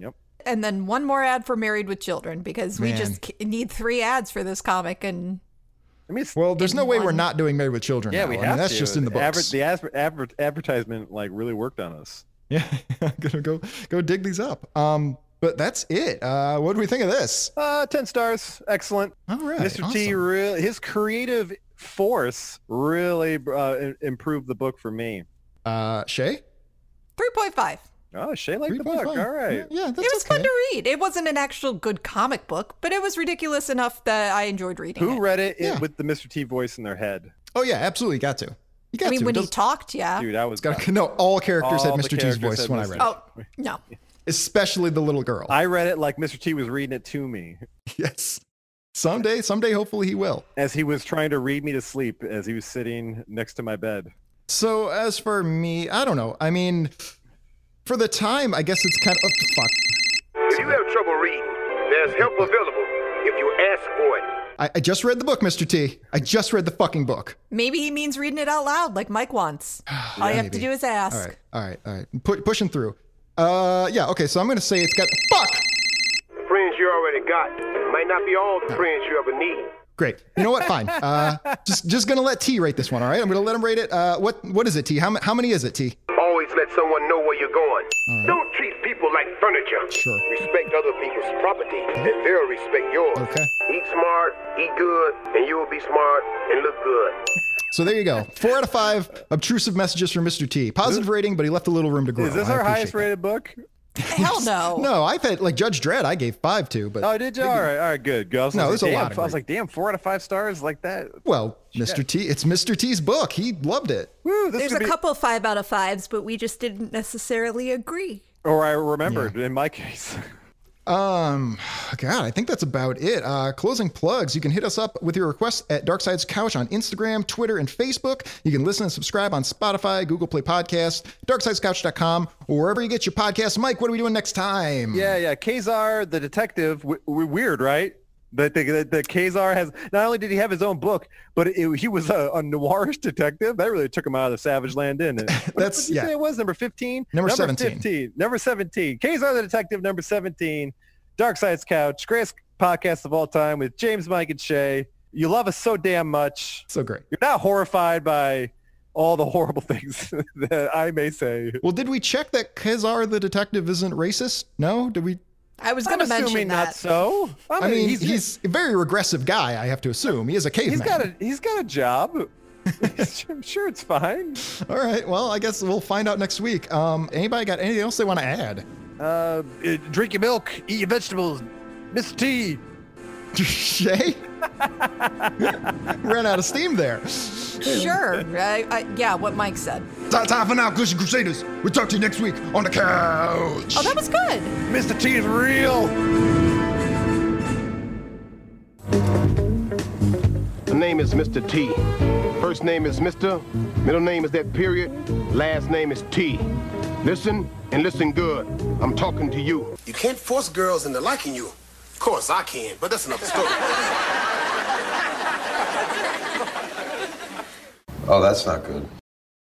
[SPEAKER 5] And then one more ad for Married with Children because we
[SPEAKER 3] Man.
[SPEAKER 5] just c- need three ads for this comic. And
[SPEAKER 4] I mean, it's,
[SPEAKER 3] Well, there's no way we're
[SPEAKER 5] One.
[SPEAKER 3] not doing Married with Children.
[SPEAKER 4] yeah,
[SPEAKER 3] now.
[SPEAKER 4] we
[SPEAKER 3] I
[SPEAKER 4] have
[SPEAKER 3] mean, that's
[SPEAKER 4] to.
[SPEAKER 3] just in the
[SPEAKER 4] Adver-
[SPEAKER 3] books.
[SPEAKER 4] the adver- adver- advertisement like really worked on us.
[SPEAKER 3] yeah, I'm gonna go go dig these up. Um, but that's it. Uh, what do we think of this?
[SPEAKER 4] Uh, ten stars. Excellent.
[SPEAKER 3] All right,
[SPEAKER 4] Mr. T
[SPEAKER 3] awesome.
[SPEAKER 4] really his creative force really uh, im- improved the book for me.
[SPEAKER 3] Uh, Shay,
[SPEAKER 5] 3.5.
[SPEAKER 4] Oh, Shay liked the book.
[SPEAKER 3] 3.5.
[SPEAKER 4] All right.
[SPEAKER 3] Yeah, yeah that's
[SPEAKER 5] it was
[SPEAKER 3] okay.
[SPEAKER 5] fun to read. It wasn't an actual good comic book, but it was ridiculous enough that I enjoyed reading
[SPEAKER 4] Who
[SPEAKER 5] it.
[SPEAKER 4] read it,
[SPEAKER 3] Yeah.
[SPEAKER 4] with the Mr. T voice in their head?
[SPEAKER 3] Oh yeah, absolutely. Got to. You got
[SPEAKER 5] I mean,
[SPEAKER 3] to.
[SPEAKER 5] when
[SPEAKER 3] it
[SPEAKER 5] he
[SPEAKER 3] does-
[SPEAKER 5] talked,
[SPEAKER 3] Ah,
[SPEAKER 5] yeah.
[SPEAKER 4] Dude, I was
[SPEAKER 3] got to. No, all characters
[SPEAKER 4] All
[SPEAKER 3] had
[SPEAKER 4] the
[SPEAKER 3] Mr. T's
[SPEAKER 4] characters
[SPEAKER 3] voice
[SPEAKER 4] had
[SPEAKER 3] when I
[SPEAKER 4] Mr.
[SPEAKER 3] read it,
[SPEAKER 5] Oh, no.
[SPEAKER 3] especially the little girl.
[SPEAKER 4] I read it like Mr. T was reading it to me
[SPEAKER 3] yes. Someday, someday, hopefully he will.
[SPEAKER 4] as he was trying to read me to sleep as he was sitting next to my bed.
[SPEAKER 3] So as for me, I don't know. I mean, for the time, I guess it's kind of oh, fuck.
[SPEAKER 2] If you have trouble reading, there's help available if you ask for it.
[SPEAKER 3] I, I just read the book, Mr. T. I just read the fucking book.
[SPEAKER 5] Maybe he means reading it out loud like Mike wants. All you have
[SPEAKER 3] maybe.
[SPEAKER 5] to do is ask.
[SPEAKER 3] All right, all right, all right. Pu- pushing through. Uh, yeah. Okay, so I'm gonna say it's got fuck.
[SPEAKER 2] Friends you already got might not be all the friends you ever need.
[SPEAKER 3] Great. You know what? Fine. Uh, just just gonna let T rate this one. All right. I'm gonna let him rate it. Uh, what what is it, T? How m- how many is it, T?
[SPEAKER 2] Always let someone know where you're going. Don't treat people like furniture.
[SPEAKER 3] Sure. Mm-hmm.
[SPEAKER 2] Respect other people's property, and they'll respect yours.
[SPEAKER 3] Okay.
[SPEAKER 2] Eat smart, eat good, and you'll be smart and look good.
[SPEAKER 3] So there you go. Four out of five obtrusive messages from Mr. T. Positive rating, but he left a little room to grow.
[SPEAKER 4] Is this
[SPEAKER 3] I
[SPEAKER 4] our
[SPEAKER 3] appreciate
[SPEAKER 4] highest
[SPEAKER 3] that.
[SPEAKER 4] rated book?
[SPEAKER 5] Hell no.
[SPEAKER 3] No, I had like Judge Dredd. I gave five to, but
[SPEAKER 4] Oh, did you? All right, all right, good. good. I was
[SPEAKER 3] No,
[SPEAKER 4] like,
[SPEAKER 3] there's a
[SPEAKER 4] damn,
[SPEAKER 3] lot of
[SPEAKER 4] I was
[SPEAKER 3] great-
[SPEAKER 4] like, damn, four out of five stars like that.
[SPEAKER 3] well, Mr. T. It's Mr. T's book. He loved it.
[SPEAKER 4] Woo, this
[SPEAKER 5] There's
[SPEAKER 4] would
[SPEAKER 5] a
[SPEAKER 4] be,
[SPEAKER 5] couple five out of fives, but we just didn't necessarily agree.
[SPEAKER 4] or I remembered in my case.
[SPEAKER 3] Um, God, I think that's about it. Uh, closing plugs. You can hit us up with your requests at Darkside's Couch on Instagram, Twitter, and Facebook. You can listen and subscribe on Spotify, Google Play Podcast, darksidescouch.com, or wherever you get your podcast. Mike, what are we doing next time?
[SPEAKER 4] Yeah, yeah. Kazar, the detective, w- w- weird, right? That the, that the Kazar has not only did he have his own book, but it, he was a, a noirish detective. That really took him out of the Savage Land, didn't it?
[SPEAKER 3] That's-
[SPEAKER 4] What- what did you
[SPEAKER 3] yeah.
[SPEAKER 4] say it was number fifteen,
[SPEAKER 3] Number 17.
[SPEAKER 4] 15, number seventeen. Kazar the detective, number seventeen. Dark Side's Couch, greatest podcast of all time with James, Mike, and Shay. You love us so damn much.
[SPEAKER 3] So great.
[SPEAKER 4] You're not horrified by all the horrible things that I may say.
[SPEAKER 3] Well, did we check that Kazar the detective isn't racist? No? Did we?
[SPEAKER 5] I was
[SPEAKER 4] I'm
[SPEAKER 5] going to mention
[SPEAKER 4] assuming
[SPEAKER 5] that.
[SPEAKER 4] not so. I mean,
[SPEAKER 3] I mean,
[SPEAKER 4] he's,
[SPEAKER 3] he's, a very regressive guy, I have to assume. He is a
[SPEAKER 4] he's
[SPEAKER 3] caveman.
[SPEAKER 4] got a he's got a job. I'm sure it's fine.
[SPEAKER 3] All right. Well, I guess we'll find out next week. Um, anybody got anything else they want to add?
[SPEAKER 4] Uh, eh, drink your milk, eat your vegetables, Mr. T.
[SPEAKER 3] Shay? Ran out of steam there.
[SPEAKER 5] Sure. I, I, yeah, what Mike said.
[SPEAKER 7] That's half an hour, Christian Crusaders. We'll talk to you next week on the couch.
[SPEAKER 5] Oh, that was good.
[SPEAKER 4] Mr. T is real.
[SPEAKER 2] The name is Mr. T. First name is Mr. Middle name is that period. Last name is T. Listen and listen good. I'm talking to you.
[SPEAKER 8] You can't force girls into liking you. Of course I can, but that's another story.
[SPEAKER 6] Oh, that's not good.